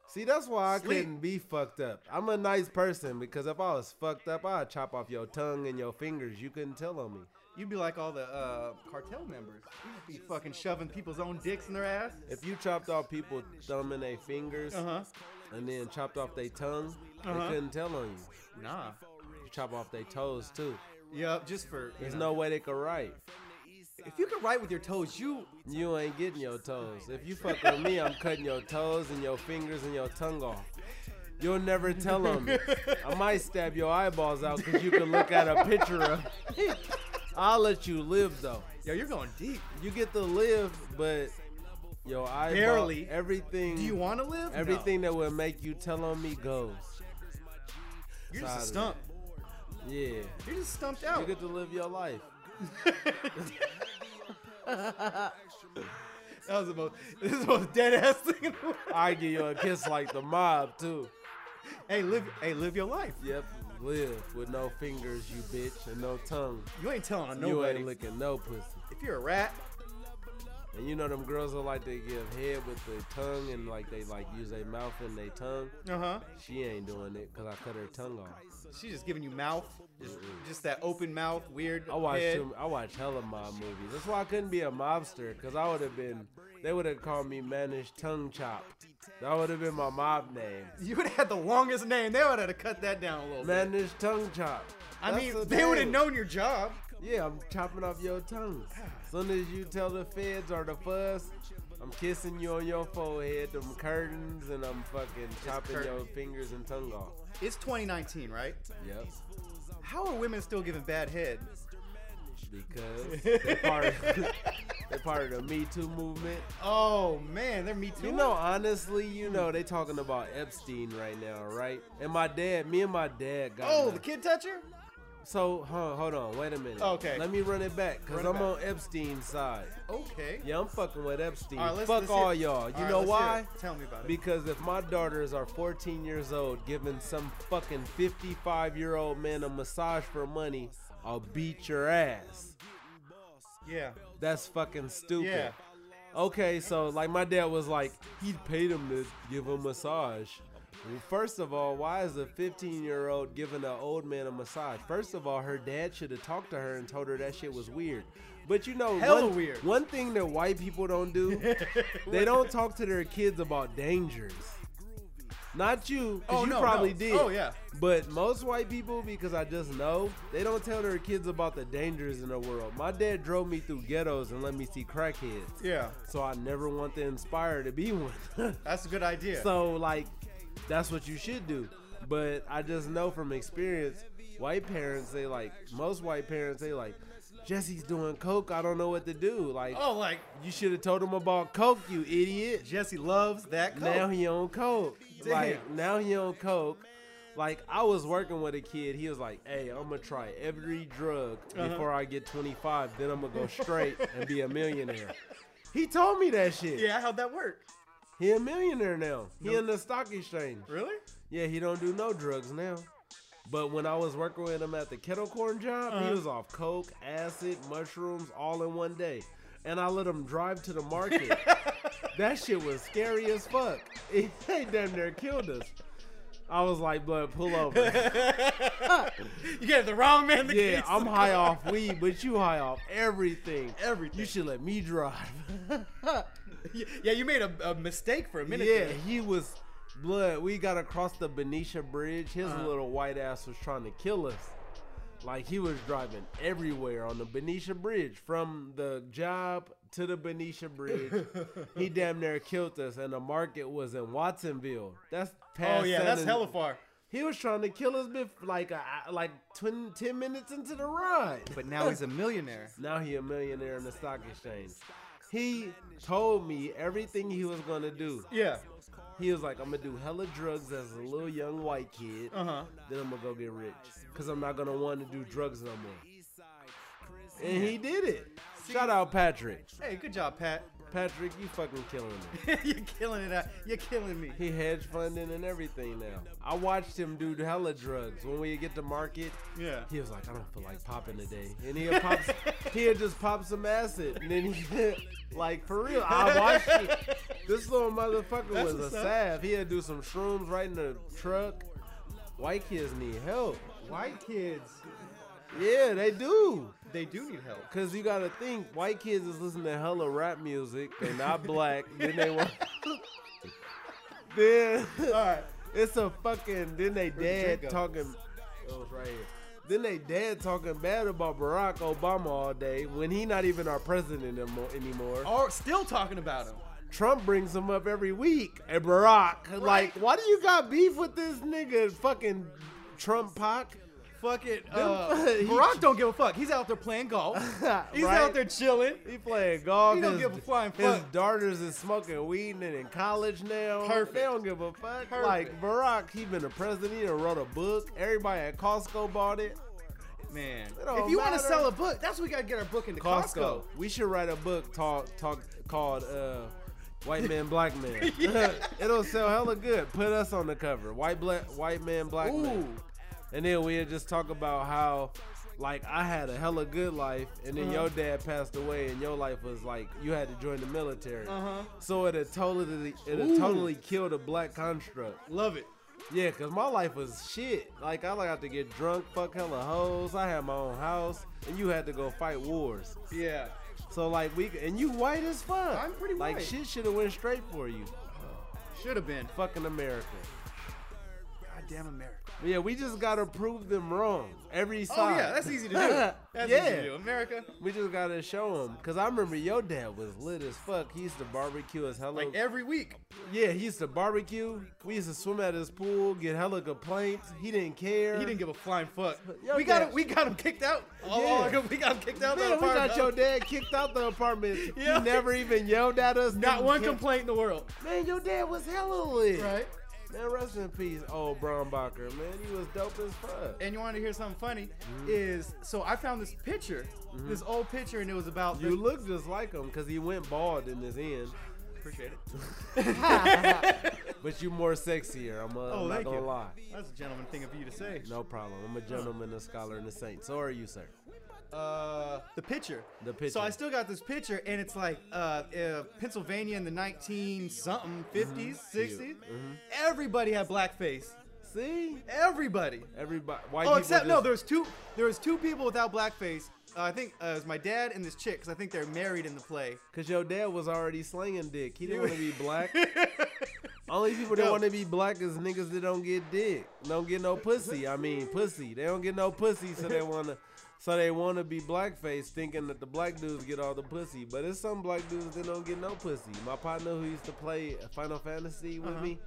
Speaker 2: See, that's why I
Speaker 1: Sleep.
Speaker 2: couldn't be fucked up. I'm a nice person because if I was fucked up, I'd chop off your tongue and your fingers. You couldn't tell on me.
Speaker 1: You'd be like all the uh, cartel members. You'd be fucking shoving people's own dicks in their ass.
Speaker 2: If you chopped off people thumb and their fingers
Speaker 1: Uh huh.
Speaker 2: and then chopped off their tongue,
Speaker 1: Uh-huh.
Speaker 2: they couldn't tell on you.
Speaker 1: Nah.
Speaker 2: You chop off their toes too.
Speaker 1: Yep. Just for you
Speaker 2: There's
Speaker 1: know.
Speaker 2: no way they could write.
Speaker 1: If you could write with your toes, you
Speaker 2: You ain't getting your toes. If you fuck with me, I'm cutting your toes and your fingers and your tongue off. You'll never tell on me. I might stab your eyeballs out because you can look at a picture of. I'll let you live though.
Speaker 1: yo, you're going deep.
Speaker 2: You get to live, but your eyeball,
Speaker 1: Barely.
Speaker 2: everything,
Speaker 1: Do you want to live? No.
Speaker 2: everything that will make you tell on me goes.
Speaker 1: You're just a
Speaker 2: tired
Speaker 1: stump.
Speaker 2: Yeah.
Speaker 1: You're just stumped
Speaker 2: You
Speaker 1: out.
Speaker 2: get to live your life.
Speaker 1: That was the most. This is the most dead ass thing in the world.
Speaker 2: I give you a kiss like the mob too.
Speaker 1: Hey, live. Hey, live your life.
Speaker 2: Yep, live with no fingers, you bitch, and no tongue.
Speaker 1: You ain't telling on
Speaker 2: You
Speaker 1: nobody.
Speaker 2: ain't licking no pussy.
Speaker 1: if you're a rat,
Speaker 2: And you know them girls are like they give head with their tongue and like they like use their mouth and their tongue.
Speaker 1: uh huh.
Speaker 2: She ain't doing it because I cut her tongue off.
Speaker 1: She's just giving you mouth. Just, just that open mouth, weird.
Speaker 2: I watched
Speaker 1: head.
Speaker 2: him. I watched hella mob movies. That's why I couldn't be a mobster because I would have been. They would have called me Manish Tongue Chop. That would have been my mob name.
Speaker 1: You would have had the longest name. They would have cut that down a little bit.
Speaker 2: Manish Tongue Chop.
Speaker 1: I
Speaker 2: That's
Speaker 1: mean,
Speaker 2: the
Speaker 1: they would have
Speaker 2: name.
Speaker 1: known your job.
Speaker 2: Yeah, I'm chopping off your tongue. Soon as you tell the feds or the fuss, I'm kissing you on your forehead, them curtains, and I'm fucking chopping your
Speaker 1: curtains.
Speaker 2: fingers and tongue off.
Speaker 1: It's 2019, right?
Speaker 2: Yep.
Speaker 1: How are women still giving bad head?
Speaker 2: Because they're part of, they're part of the Me Too movement.
Speaker 1: Oh man, they're me too.
Speaker 2: You know, honestly, you know, they talking about Epstein right now, right? And my dad, me and my dad got.
Speaker 1: Oh,
Speaker 2: in
Speaker 1: the
Speaker 2: a-
Speaker 1: kid toucher.
Speaker 2: So, huh, hold on, wait a minute.
Speaker 1: Okay.
Speaker 2: Let me run it back, because
Speaker 1: Run it
Speaker 2: I'm
Speaker 1: back.
Speaker 2: on Epstein's side.
Speaker 1: Okay.
Speaker 2: Yeah, I'm fucking with Epstein.
Speaker 1: All right, let's-
Speaker 2: Fuck
Speaker 1: let's hear-
Speaker 2: all y'all. You
Speaker 1: All right,
Speaker 2: know
Speaker 1: let's hear
Speaker 2: why?
Speaker 1: it. Tell me about it.
Speaker 2: Because if my daughters are 14 years old giving some fucking 55 year old man a massage for money, I'll beat your ass.
Speaker 1: yeah.
Speaker 2: That's fucking stupid.
Speaker 1: Yeah.
Speaker 2: Okay, so like my dad was like, he paid him to give a massage. Well, First of all, why is a 15 year old giving an old man a massage? First of all, her dad should have talked to her and told her that shit was weird. But you know,
Speaker 1: Hella
Speaker 2: one,
Speaker 1: weird.
Speaker 2: one thing that white people don't do, they don't talk to their kids about dangers. Not you, 'cause
Speaker 1: Oh,
Speaker 2: you
Speaker 1: no,
Speaker 2: probably
Speaker 1: no.
Speaker 2: did.
Speaker 1: Oh, yeah.
Speaker 2: But most white people, because I just know, they don't tell their kids about the dangers in the world. My dad drove me through ghettos and let me see crackheads.
Speaker 1: Yeah.
Speaker 2: So I never want to inspire to be one.
Speaker 1: That's a good idea.
Speaker 2: so like that's what you should do. But I just know from experience, white parents they like most white parents they like Jesse's doing coke, I don't know what to do. Like
Speaker 1: oh, like
Speaker 2: you should have told him about coke, you idiot.
Speaker 1: Jesse loves that. Coke.
Speaker 2: Now he on coke.
Speaker 1: Damn.
Speaker 2: Like now he on coke. Like I was working with a kid, he was like, "Hey, I'm gonna try every drug
Speaker 1: Uh-huh.
Speaker 2: before I get 25. Then I'm gonna go straight and be a millionaire." He told me that shit.
Speaker 1: yeah. How'd that work?
Speaker 2: He a millionaire now. He in the stock exchange.
Speaker 1: Really?
Speaker 2: Yeah, he don't do no drugs now. But when I was working with him at the kettle corn job, he
Speaker 1: Uh-huh.
Speaker 2: was off coke, acid, mushrooms, all in one day. And I let him drive to the market. that shit was scary as fuck. It they damn near killed us. I was like, blood, pull over.
Speaker 1: You gave the wrong man the
Speaker 2: yeah,
Speaker 1: keys.
Speaker 2: I'm high off weed, but you high off everything.
Speaker 1: Everything.
Speaker 2: You should let me drive.
Speaker 1: yeah, you made a, a mistake for a minute.
Speaker 2: Yeah,
Speaker 1: there.
Speaker 2: he was blood. We got across the Benicia Bridge. His
Speaker 1: Uh-huh.
Speaker 2: little white ass was trying to kill us. Like he was driving everywhere on the Benicia Bridge, from the job to the Benicia Bridge. he damn near killed us, and the market was in Watsonville. That's past.
Speaker 1: Oh yeah, that's
Speaker 2: San-
Speaker 1: hella far.
Speaker 2: He was trying to kill us, bef- like a, like 20, 10 minutes into the ride.
Speaker 1: But now he's a millionaire.
Speaker 2: Now he a millionaire in the stock exchange. He told me everything he was gonna do.
Speaker 1: Yeah.
Speaker 2: He was like, I'm gonna do hella drugs as a little young white kid.
Speaker 1: Uh huh.
Speaker 2: Then I'm gonna go get rich. Cause I'm not gonna want to do drugs no more. And he did it. Shout out Patrick.
Speaker 1: Hey, good job, Pat.
Speaker 2: Patrick, you fucking killing it.
Speaker 1: You're killing it out. You're killing me.
Speaker 2: He hedge funding and everything now. I watched him do hella drugs. When we get to market,
Speaker 1: Yeah.
Speaker 2: he was like, I don't feel like popping today. And he'll pop he'll just pop some acid. And then he like for real. I watched it. This little motherfucker
Speaker 1: That's
Speaker 2: was
Speaker 1: what's
Speaker 2: a
Speaker 1: up.
Speaker 2: salve. He'll do some shrooms right in the truck. White kids need help.
Speaker 1: White kids,
Speaker 2: Yeah, they do.
Speaker 1: they do need help.
Speaker 2: Cause you gotta think, white kids is listening to hella rap music. They're not black. then they want Then
Speaker 1: All right.
Speaker 2: It's a fucking. Then they
Speaker 1: Where'd the drink
Speaker 2: dad
Speaker 1: go?
Speaker 2: talking. Oh, it's right here. Then they dad talking bad about Barack Obama all day when he not even our president emo- anymore.
Speaker 1: Or still talking about him.
Speaker 2: Trump brings him up every week. And Barack, like, why do you got beef with this nigga? Fucking Trump Pac.
Speaker 1: Fuck it. Uh,
Speaker 2: he-
Speaker 1: Barack don't give a fuck. He's out there playing golf. He's
Speaker 2: Right?
Speaker 1: out there chilling.
Speaker 2: He playing golf.
Speaker 1: He don't
Speaker 2: his,
Speaker 1: give a flying
Speaker 2: His
Speaker 1: fuck.
Speaker 2: daughters is smoking weed and in college now.
Speaker 1: Perfect.
Speaker 2: They don't give a fuck.
Speaker 1: Perfect.
Speaker 2: Like Barack, he been a president. He done wrote a book. Everybody at Costco bought it.
Speaker 1: man.
Speaker 2: It don't
Speaker 1: If you want to
Speaker 2: matter.
Speaker 1: sell a book, that's what we gotta get our book into
Speaker 2: Costco.
Speaker 1: Costco.
Speaker 2: We should write a book talk talk called uh, White Man Black Man. It'll sell hella good. Put us on the cover. White black white man black man.
Speaker 1: Ooh.
Speaker 2: And then we'll just talk about how like I had a hella good life and then
Speaker 1: Uh-huh.
Speaker 2: your dad passed away and your life was like you had to join the military.
Speaker 1: Uh-huh.
Speaker 2: So it had totally it had
Speaker 1: Ooh.
Speaker 2: totally killed a black construct.
Speaker 1: Love it.
Speaker 2: Yeah, cause my life was shit. Like I like to get drunk, fuck hella hoes. I had my own house, and you had to go fight wars.
Speaker 1: Yeah.
Speaker 2: So like we and you white as fuck.
Speaker 1: I'm pretty
Speaker 2: Like
Speaker 1: white.
Speaker 2: shit should have went straight for you.
Speaker 1: Should have been.
Speaker 2: Fucking America.
Speaker 1: Goddamn America.
Speaker 2: But yeah, we just gotta prove them wrong every
Speaker 1: Oh
Speaker 2: side.
Speaker 1: yeah, that's easy to do. That's easy
Speaker 2: Yeah.
Speaker 1: to do. America.
Speaker 2: we just gotta show them. Cause I remember your dad was lit as fuck. He used to barbecue as hella.
Speaker 1: Like every week.
Speaker 2: yeah, he used to barbecue. We used to swim at his pool, get hella complaints. He didn't care.
Speaker 1: He didn't give a flying fuck.
Speaker 2: Yo,
Speaker 1: we got
Speaker 2: yeah.
Speaker 1: him. We got him kicked out. Oh,
Speaker 2: Yeah.
Speaker 1: we got him kicked out. of
Speaker 2: Man,
Speaker 1: the
Speaker 2: we got
Speaker 1: apartment.
Speaker 2: your dad kicked out the apartment.
Speaker 1: Yeah.
Speaker 2: He never even yelled at us.
Speaker 1: Not
Speaker 2: didn't
Speaker 1: one
Speaker 2: care.
Speaker 1: complaint in the world.
Speaker 2: Man, your dad was hella lit.
Speaker 1: Right.
Speaker 2: Man, rest in peace, old Braunbacher. Man, he was dope as fuck.
Speaker 1: And you want to hear something funny? Is so I found this picture, this old picture, and it was about
Speaker 2: You
Speaker 1: the-
Speaker 2: look just like him because he went bald in his end,
Speaker 1: Appreciate it.
Speaker 2: but you more sexier. I'm, uh, I'm
Speaker 1: Oh,
Speaker 2: not
Speaker 1: thank
Speaker 2: gonna
Speaker 1: you.
Speaker 2: lie.
Speaker 1: That's a gentleman thing of you to say.
Speaker 2: No problem. I'm a gentleman, a scholar, and a saint. So are you, sir.
Speaker 1: Uh, the picture.
Speaker 2: The picture.
Speaker 1: So I still got this picture, and it's like uh, uh Pennsylvania in the 19 something 50s,
Speaker 2: Mm-hmm.
Speaker 1: 60s. Everybody had blackface.
Speaker 2: See,
Speaker 1: Everybody.
Speaker 2: everybody. White
Speaker 1: Oh,
Speaker 2: people
Speaker 1: except no,
Speaker 2: just-
Speaker 1: there's two. There was two people without blackface. Uh, I think uh, it was my dad and this chick, because I think they're married in the play.
Speaker 2: Cause your dad was already slinging dick. He didn't
Speaker 1: You-
Speaker 2: want to be black. Only people that
Speaker 1: No.
Speaker 2: want to be black is niggas that don't get dick, don't get no pussy. I mean, pussy. They don't get no pussy, so they wanna, so they wanna be blackface, thinking that the black dudes get all the pussy. But it's some black dudes that don't get no pussy. My partner who used to play Final Fantasy with
Speaker 1: Uh-huh.
Speaker 2: me,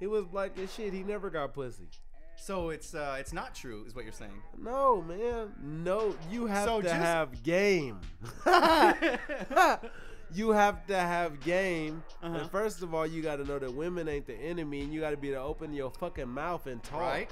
Speaker 2: he was black as shit. He never got pussy.
Speaker 1: So it's uh, it's not true, is what you're saying.
Speaker 2: No, man. No, you have
Speaker 1: So
Speaker 2: to
Speaker 1: just-
Speaker 2: have game. you have to have game.
Speaker 1: Uh-huh.
Speaker 2: And first of all, you got to know that women ain't the enemy, and you got to be able to open your fucking mouth and talk.
Speaker 1: Right?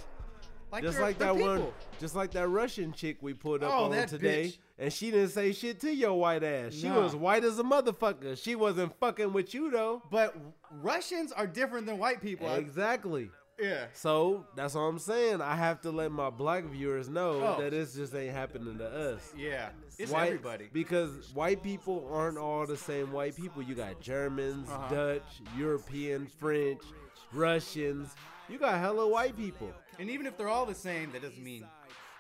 Speaker 1: Like
Speaker 2: Just
Speaker 1: they're-
Speaker 2: like
Speaker 1: they're
Speaker 2: that one,
Speaker 1: people.
Speaker 2: just like that Russian chick we pulled up
Speaker 1: Oh,
Speaker 2: on
Speaker 1: that
Speaker 2: today,
Speaker 1: bitch.
Speaker 2: and she didn't say shit to your white ass. She
Speaker 1: Nah.
Speaker 2: was white as a motherfucker. She wasn't fucking with you though.
Speaker 1: But Russians are different than white people. I-
Speaker 2: Exactly.
Speaker 1: yeah.
Speaker 2: So that's what I'm saying. I have to let my black viewers know
Speaker 1: Oh.
Speaker 2: that this just ain't happening to us.
Speaker 1: Yeah. It's
Speaker 2: white,
Speaker 1: everybody.
Speaker 2: Because white people aren't all the same white people. You got Germans,
Speaker 1: Uh-huh.
Speaker 2: Dutch, European, French, Russians. You got hella white people.
Speaker 1: And even if they're all the same, that doesn't mean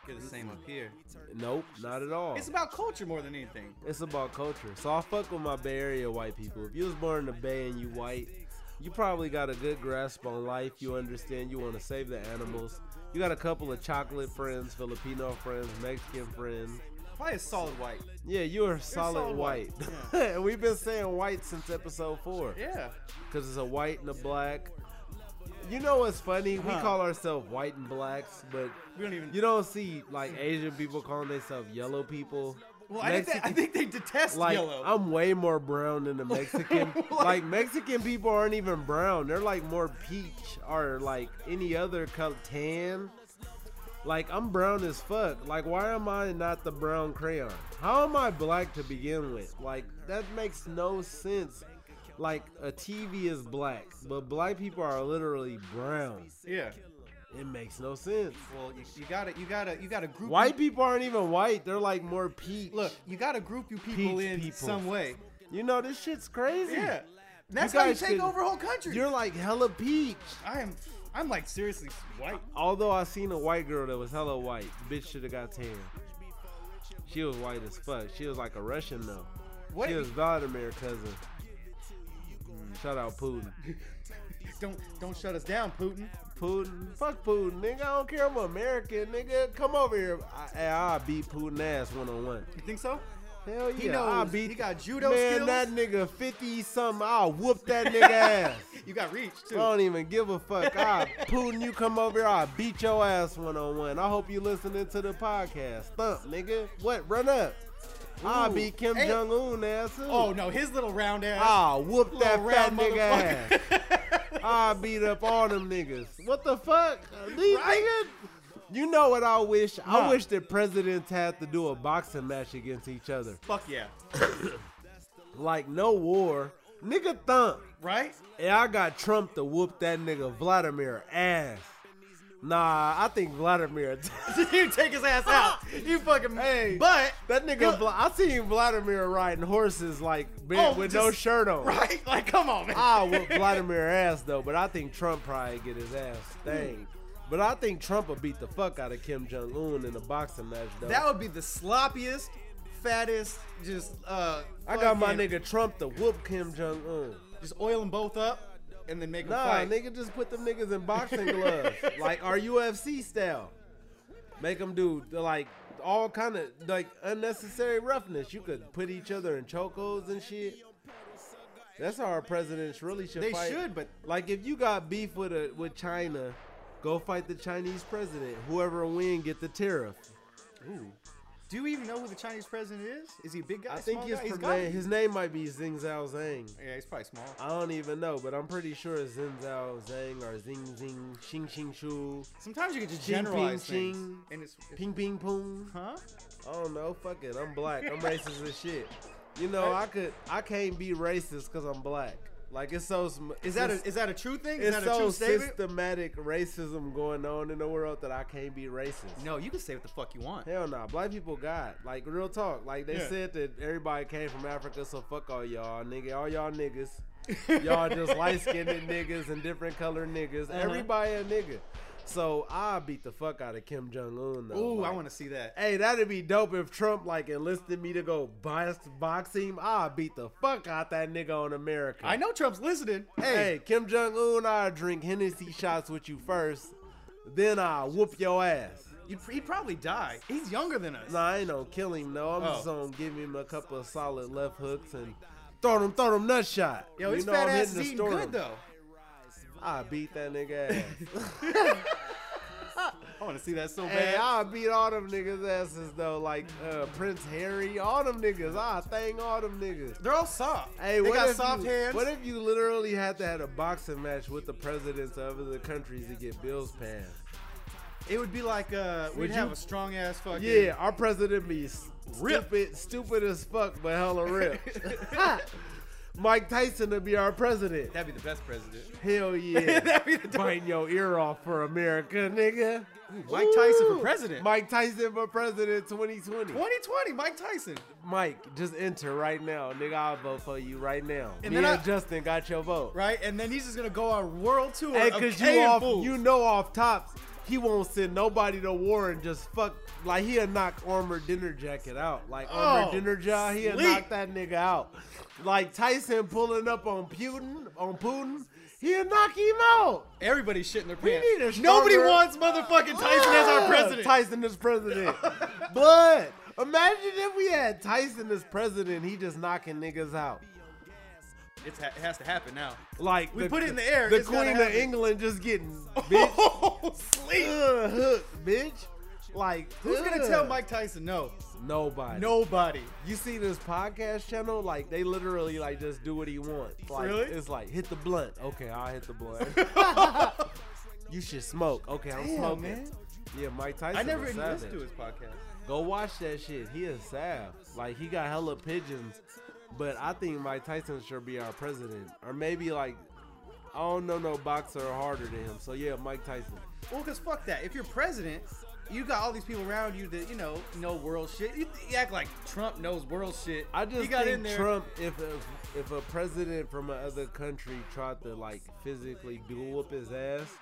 Speaker 1: they're the same up here.
Speaker 2: Nope, not at all.
Speaker 1: It's about culture more than anything.
Speaker 2: It's about culture. So I fuck with my Bay Area white people. If you was born in the Bay and you white, you probably got a good grasp on life. You understand you want to save the animals. You got a couple of chocolate friends, Filipino friends, Mexican friends.
Speaker 1: Probably a solid white.
Speaker 2: Yeah, you are solid,
Speaker 1: solid
Speaker 2: white.
Speaker 1: white.
Speaker 2: And We've been saying white since episode four
Speaker 1: Yeah.
Speaker 2: because it's a white and a black. You know what's funny? We
Speaker 1: Huh.
Speaker 2: call ourselves white and blacks, but
Speaker 1: We don't even.
Speaker 2: you don't see like Asian people calling themselves yellow people.
Speaker 1: well, I think, they, I
Speaker 2: Mexican-
Speaker 1: think they detest
Speaker 2: like
Speaker 1: yellow.
Speaker 2: I'm way more brown than the Mexican.
Speaker 1: Like-
Speaker 2: like Mexican people aren't even brown. They're like more peach or like any other color tan. Like I'm brown as fuck. Like why am I not the brown crayon? How am I black to begin with? Like that makes no sense. Like a TV is black, but black people are literally brown.
Speaker 1: yeah.
Speaker 2: It makes no sense.
Speaker 1: Well, you, you gotta, you gotta, you gotta group.
Speaker 2: White people aren't even white. They're like more peach.
Speaker 1: Look, you gotta group you people
Speaker 2: Peach
Speaker 1: in
Speaker 2: people.
Speaker 1: some way.
Speaker 2: you know this shit's crazy.
Speaker 1: Yeah. And that's
Speaker 2: You
Speaker 1: how you
Speaker 2: guys
Speaker 1: take
Speaker 2: could-
Speaker 1: over whole countries.
Speaker 2: You're like hella peach.
Speaker 1: I am, I'm like seriously white.
Speaker 2: Although I seen a white girl that was hella white, bitch should have got tan. She was white as fuck. She was like a Russian though.
Speaker 1: What?
Speaker 2: She was Vladimir cousin. Mm, Shout out Putin.
Speaker 1: Don't, don't shut us down, Putin.
Speaker 2: Putin, fuck Putin, nigga. I don't care. I'm American, nigga. Come over here. I, I, I beat Putin ass one on one.
Speaker 1: You think so?
Speaker 2: Hell yeah.
Speaker 1: He
Speaker 2: I
Speaker 1: knows.
Speaker 2: beat.
Speaker 1: He got judo
Speaker 2: man,
Speaker 1: skills.
Speaker 2: that nigga fifty something. I whoop that nigga ass.
Speaker 1: You got reach too.
Speaker 2: I don't even give a fuck. I, Putin, you come over here, I beat your ass one on one. I hope you listening to the podcast. Thump, nigga. What? Run up. I
Speaker 1: Ooh.
Speaker 2: beat Kim
Speaker 1: Hey.
Speaker 2: Jong Un ass. too.
Speaker 1: Oh no, his little round ass.
Speaker 2: I whoop
Speaker 1: little
Speaker 2: Ah, that fat
Speaker 1: round
Speaker 2: nigga ass.
Speaker 1: motherfucker.
Speaker 2: I beat up all them niggas. What the fuck? These
Speaker 1: Right?
Speaker 2: niggas. You know what I wish? I
Speaker 1: Huh.
Speaker 2: wish that presidents had to do a boxing match against each other.
Speaker 1: Fuck yeah.
Speaker 2: Like no war. Nigga thump.
Speaker 1: Right?
Speaker 2: And I got Trump to whoop that nigga Vladimir ass. Nah, I think Vladimir.
Speaker 1: you take his ass out. You fucking
Speaker 2: Hey.
Speaker 1: But
Speaker 2: That nigga, Vla- I seen Vladimir riding horses like
Speaker 1: Oh,
Speaker 2: with
Speaker 1: just-
Speaker 2: no shirt on.
Speaker 1: right? Like, come on, man.
Speaker 2: I whoop Vladimir ass though, but I think Trump probably get his ass
Speaker 1: Mm.
Speaker 2: stained. But I think Trump will beat the fuck out of Kim Jong Un in a boxing match though.
Speaker 1: that would be the sloppiest, fattest, just uh.
Speaker 2: I got my
Speaker 1: fucking-
Speaker 2: nigga Trump to whoop Kim Jong Un.
Speaker 1: Just oil them both up, and then make them
Speaker 2: Nah,
Speaker 1: fight.
Speaker 2: nigga, just put them niggas in boxing gloves, like our UFC style. Make them do like all kind of like unnecessary roughness. You could put each other in chocos and shit. That's how our presidents really should.
Speaker 1: They
Speaker 2: fight.
Speaker 1: should, but-
Speaker 2: like if you got beef with a, with China, go fight the Chinese president. Whoever win get the tariff.
Speaker 1: Do you even know who the Chinese president is? Is he a big guy?
Speaker 2: I think
Speaker 1: small
Speaker 2: his
Speaker 1: guy? He's
Speaker 2: prom-
Speaker 1: got-
Speaker 2: his name might be Xing Zhao Zhang.
Speaker 1: Yeah, he's probably small.
Speaker 2: I don't even know, but I'm pretty sure it's Xing Zhao Zhang or Xing Xing Xing Xing Shu.
Speaker 1: Sometimes you can just
Speaker 2: Ching, ping,
Speaker 1: generalize things,
Speaker 2: ching.
Speaker 1: and it's
Speaker 2: Ping ping pong.
Speaker 1: huh?
Speaker 2: I don't know. Fuck it. I'm black. I'm racist as shit. You know, I could. I can't be racist because I'm black. Like it's so. sm-
Speaker 1: Is that a
Speaker 2: it's-
Speaker 1: is that a true thing? Is
Speaker 2: It's
Speaker 1: that a
Speaker 2: so
Speaker 1: true statement?
Speaker 2: systematic racism going on in the world that I can't be racist.
Speaker 1: No, you can say what the fuck you want.
Speaker 2: Hell no, black people got like real talk. Like they
Speaker 1: Yeah.
Speaker 2: said that everybody came from Africa, so fuck all y'all, nigga. All y'all niggas, y'all just light skinned niggas and different color niggas.
Speaker 1: Uh-huh.
Speaker 2: Everybody a nigga. So I beat the fuck out of Kim Jong Un though.
Speaker 1: Ooh, I
Speaker 2: Like,
Speaker 1: want to see that.
Speaker 2: Hey, that'd be dope if Trump like enlisted me to go box, box him. I beat the fuck out that nigga on America.
Speaker 1: I know Trump's listening. Hey,
Speaker 2: Hey, Kim Jong Un, I drink Hennessy shots with you first, then I whoop your ass.
Speaker 1: you'd pr- he'd probably die. He's younger than us.
Speaker 2: Nah, I ain't gonna kill him. No, I'm
Speaker 1: Oh.
Speaker 2: just gonna give him a couple of solid left hooks and throw him, throw him nut shot.
Speaker 1: Yo,
Speaker 2: You
Speaker 1: his
Speaker 2: know
Speaker 1: fat
Speaker 2: I'm hitting
Speaker 1: ass is
Speaker 2: the
Speaker 1: eating
Speaker 2: store.
Speaker 1: good though.
Speaker 2: I beat that nigga ass.
Speaker 1: I want to see that so
Speaker 2: hey,
Speaker 1: bad.
Speaker 2: I beat all them niggas asses though, like uh, Prince Harry, all them niggas. I thing all them niggas.
Speaker 1: They're all soft.
Speaker 2: Hey,
Speaker 1: they
Speaker 2: what
Speaker 1: got
Speaker 2: if
Speaker 1: soft
Speaker 2: you,
Speaker 1: hands.
Speaker 2: What if you literally had to have a boxing match with the presidents of other countries to get bills passed?
Speaker 1: it would be like uh, we'd
Speaker 2: Would
Speaker 1: have
Speaker 2: you-
Speaker 1: a strong ass fucking.
Speaker 2: Yeah, our president be s-
Speaker 1: Rip.
Speaker 2: stupid, stupid as fuck, but hella rip. Mike Tyson to be our president.
Speaker 1: that'd be the best president.
Speaker 2: Hell yeah.
Speaker 1: that'd be the
Speaker 2: Biting your ear off for America, nigga.
Speaker 1: Mike Tyson for
Speaker 2: Ooh.
Speaker 1: president.
Speaker 2: Mike Tyson for president 2020.
Speaker 1: 2020, Mike Tyson.
Speaker 2: Mike, just enter right now, nigga. I'll vote for you right now.
Speaker 1: And
Speaker 2: Me
Speaker 1: then
Speaker 2: and
Speaker 1: I-
Speaker 2: Justin got your vote.
Speaker 1: Right, and then he's just gonna go on world tour.
Speaker 2: Hey,
Speaker 1: of
Speaker 2: cause you
Speaker 1: K-and
Speaker 2: off,
Speaker 1: fools.
Speaker 2: you know off tops, he won't send nobody to war and just fuck like he'll knock armored dinner jacket out. Like armored
Speaker 1: Oh,
Speaker 2: dinner jaw, he'll
Speaker 1: sleep.
Speaker 2: knock that nigga out. Like Tyson pulling up on Putin, on Putin, he'll knock him out.
Speaker 1: Everybody's shitting their
Speaker 2: We
Speaker 1: pants.
Speaker 2: need a
Speaker 1: Nobody
Speaker 2: stronger-
Speaker 1: wants motherfucking Tyson as
Speaker 2: Ah,
Speaker 1: our president.
Speaker 2: Tyson is president. but imagine if we had Tyson as president, he just knocking niggas out.
Speaker 1: It's ha- it has to happen now.
Speaker 2: Like
Speaker 1: We put it in the air,
Speaker 2: The
Speaker 1: it's gotta
Speaker 2: queen of
Speaker 1: happen.
Speaker 2: England just getting bitch
Speaker 1: sleep.
Speaker 2: uh, hooked, bitch. Like
Speaker 1: Who's gonna
Speaker 2: ugh.
Speaker 1: tell Mike Tyson no?
Speaker 2: Nobody.
Speaker 1: Nobody.
Speaker 2: You see this podcast channel? Like they literally like just do what he wants. Like
Speaker 1: Really?
Speaker 2: it's like hit the blunt. Okay, I'll hit the blunt. you should smoke. Okay, I'm
Speaker 1: Damn,
Speaker 2: smoking.
Speaker 1: man.
Speaker 2: Yeah, Mike Tyson.
Speaker 1: I never
Speaker 2: was
Speaker 1: even
Speaker 2: savage.
Speaker 1: listened to his podcast.
Speaker 2: Go watch that shit. He is sad. Like he got hella pigeons. But I think Mike Tyson should be our president. Or maybe like I don't know no boxer harder than him. So yeah, Mike Tyson.
Speaker 1: Well, cause fuck that. If you're president, you got all these people around you that you know know world shit. You, you act like Trump knows world shit.
Speaker 2: I just
Speaker 1: he got
Speaker 2: think
Speaker 1: in there.
Speaker 2: Trump, if, if if a president from another country tried to like physically do up his ass,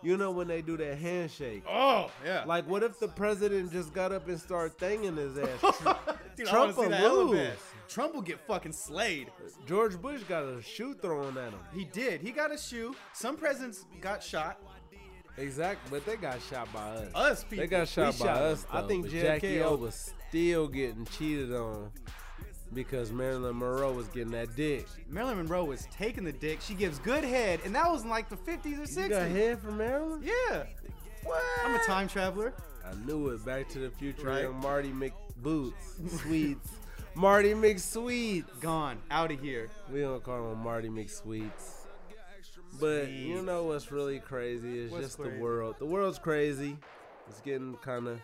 Speaker 2: you know when they do that handshake.
Speaker 1: Oh yeah.
Speaker 2: Like, what if the president just got up and started thanging his ass?
Speaker 1: Dude, I
Speaker 2: Trump
Speaker 1: wanna see
Speaker 2: will
Speaker 1: that hella bad.
Speaker 2: lose.
Speaker 1: Trump will get fucking slayed.
Speaker 2: George Bush got a shoe thrown at him.
Speaker 1: He did. He got a shoe. Some presidents got shot.
Speaker 2: Exactly, but they got shot by us.
Speaker 1: Us people.
Speaker 2: They got shot
Speaker 1: We
Speaker 2: by
Speaker 1: him.
Speaker 2: us.
Speaker 1: I
Speaker 2: though,
Speaker 1: think
Speaker 2: but
Speaker 1: JFK
Speaker 2: Jackie O was still getting cheated on because Marilyn Monroe was getting that dick.
Speaker 1: Marilyn Monroe was taking the dick. She gives good head, and that was in like the 50s or 60s.
Speaker 2: You got head from Marilyn?
Speaker 1: Yeah. What? I'm a time traveler.
Speaker 2: I knew it. Back to the Future
Speaker 1: Right.
Speaker 2: young Marty McBoots, Sweets, Marty McSweets.
Speaker 1: Gone. Out of here.
Speaker 2: We don't call him Marty McSweets. But you know what's really crazy is
Speaker 1: What's
Speaker 2: just
Speaker 1: crazy?
Speaker 2: the world. The world's crazy. It's getting kind of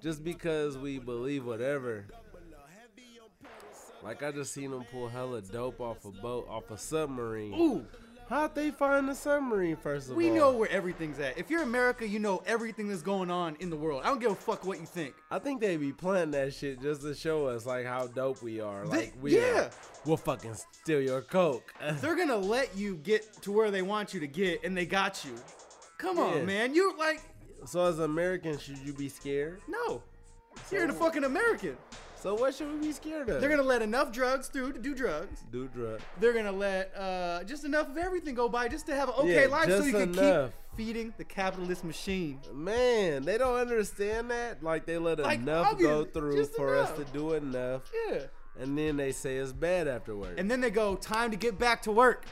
Speaker 2: just because we believe whatever. Like I just seen them pull hella dope off a boat, off a submarine.
Speaker 1: Ooh,
Speaker 2: How'd they find the submarine first of
Speaker 1: we
Speaker 2: all?
Speaker 1: know where everything's at. If you're America, you know everything that's going on in the world. I don't give a fuck what you think.
Speaker 2: I think they be planting that shit just to show us like how dope we are. Like we
Speaker 1: yeah.
Speaker 2: are, we'll fucking steal your coke.
Speaker 1: They're gonna let you get to where they want you to get, and they got you. Come on,
Speaker 2: Yeah.
Speaker 1: man. You like
Speaker 2: so as Americans, should you be scared?
Speaker 1: no. You're a fucking American.
Speaker 2: So what should we be scared of?
Speaker 1: They're gonna let enough drugs through to do drugs.
Speaker 2: do drugs.
Speaker 1: They're gonna let uh, just enough of everything go by just to have an okay
Speaker 2: Yeah,
Speaker 1: life, so
Speaker 2: just
Speaker 1: you can
Speaker 2: enough.
Speaker 1: keep feeding the capitalist machine.
Speaker 2: Man, they don't understand that. Like they let
Speaker 1: Like,
Speaker 2: enough go
Speaker 1: obvious-
Speaker 2: through
Speaker 1: just
Speaker 2: for us to
Speaker 1: enough.
Speaker 2: do enough,
Speaker 1: Yeah.
Speaker 2: and then they say it's bad afterwards.
Speaker 1: And then they go, time to get back to work.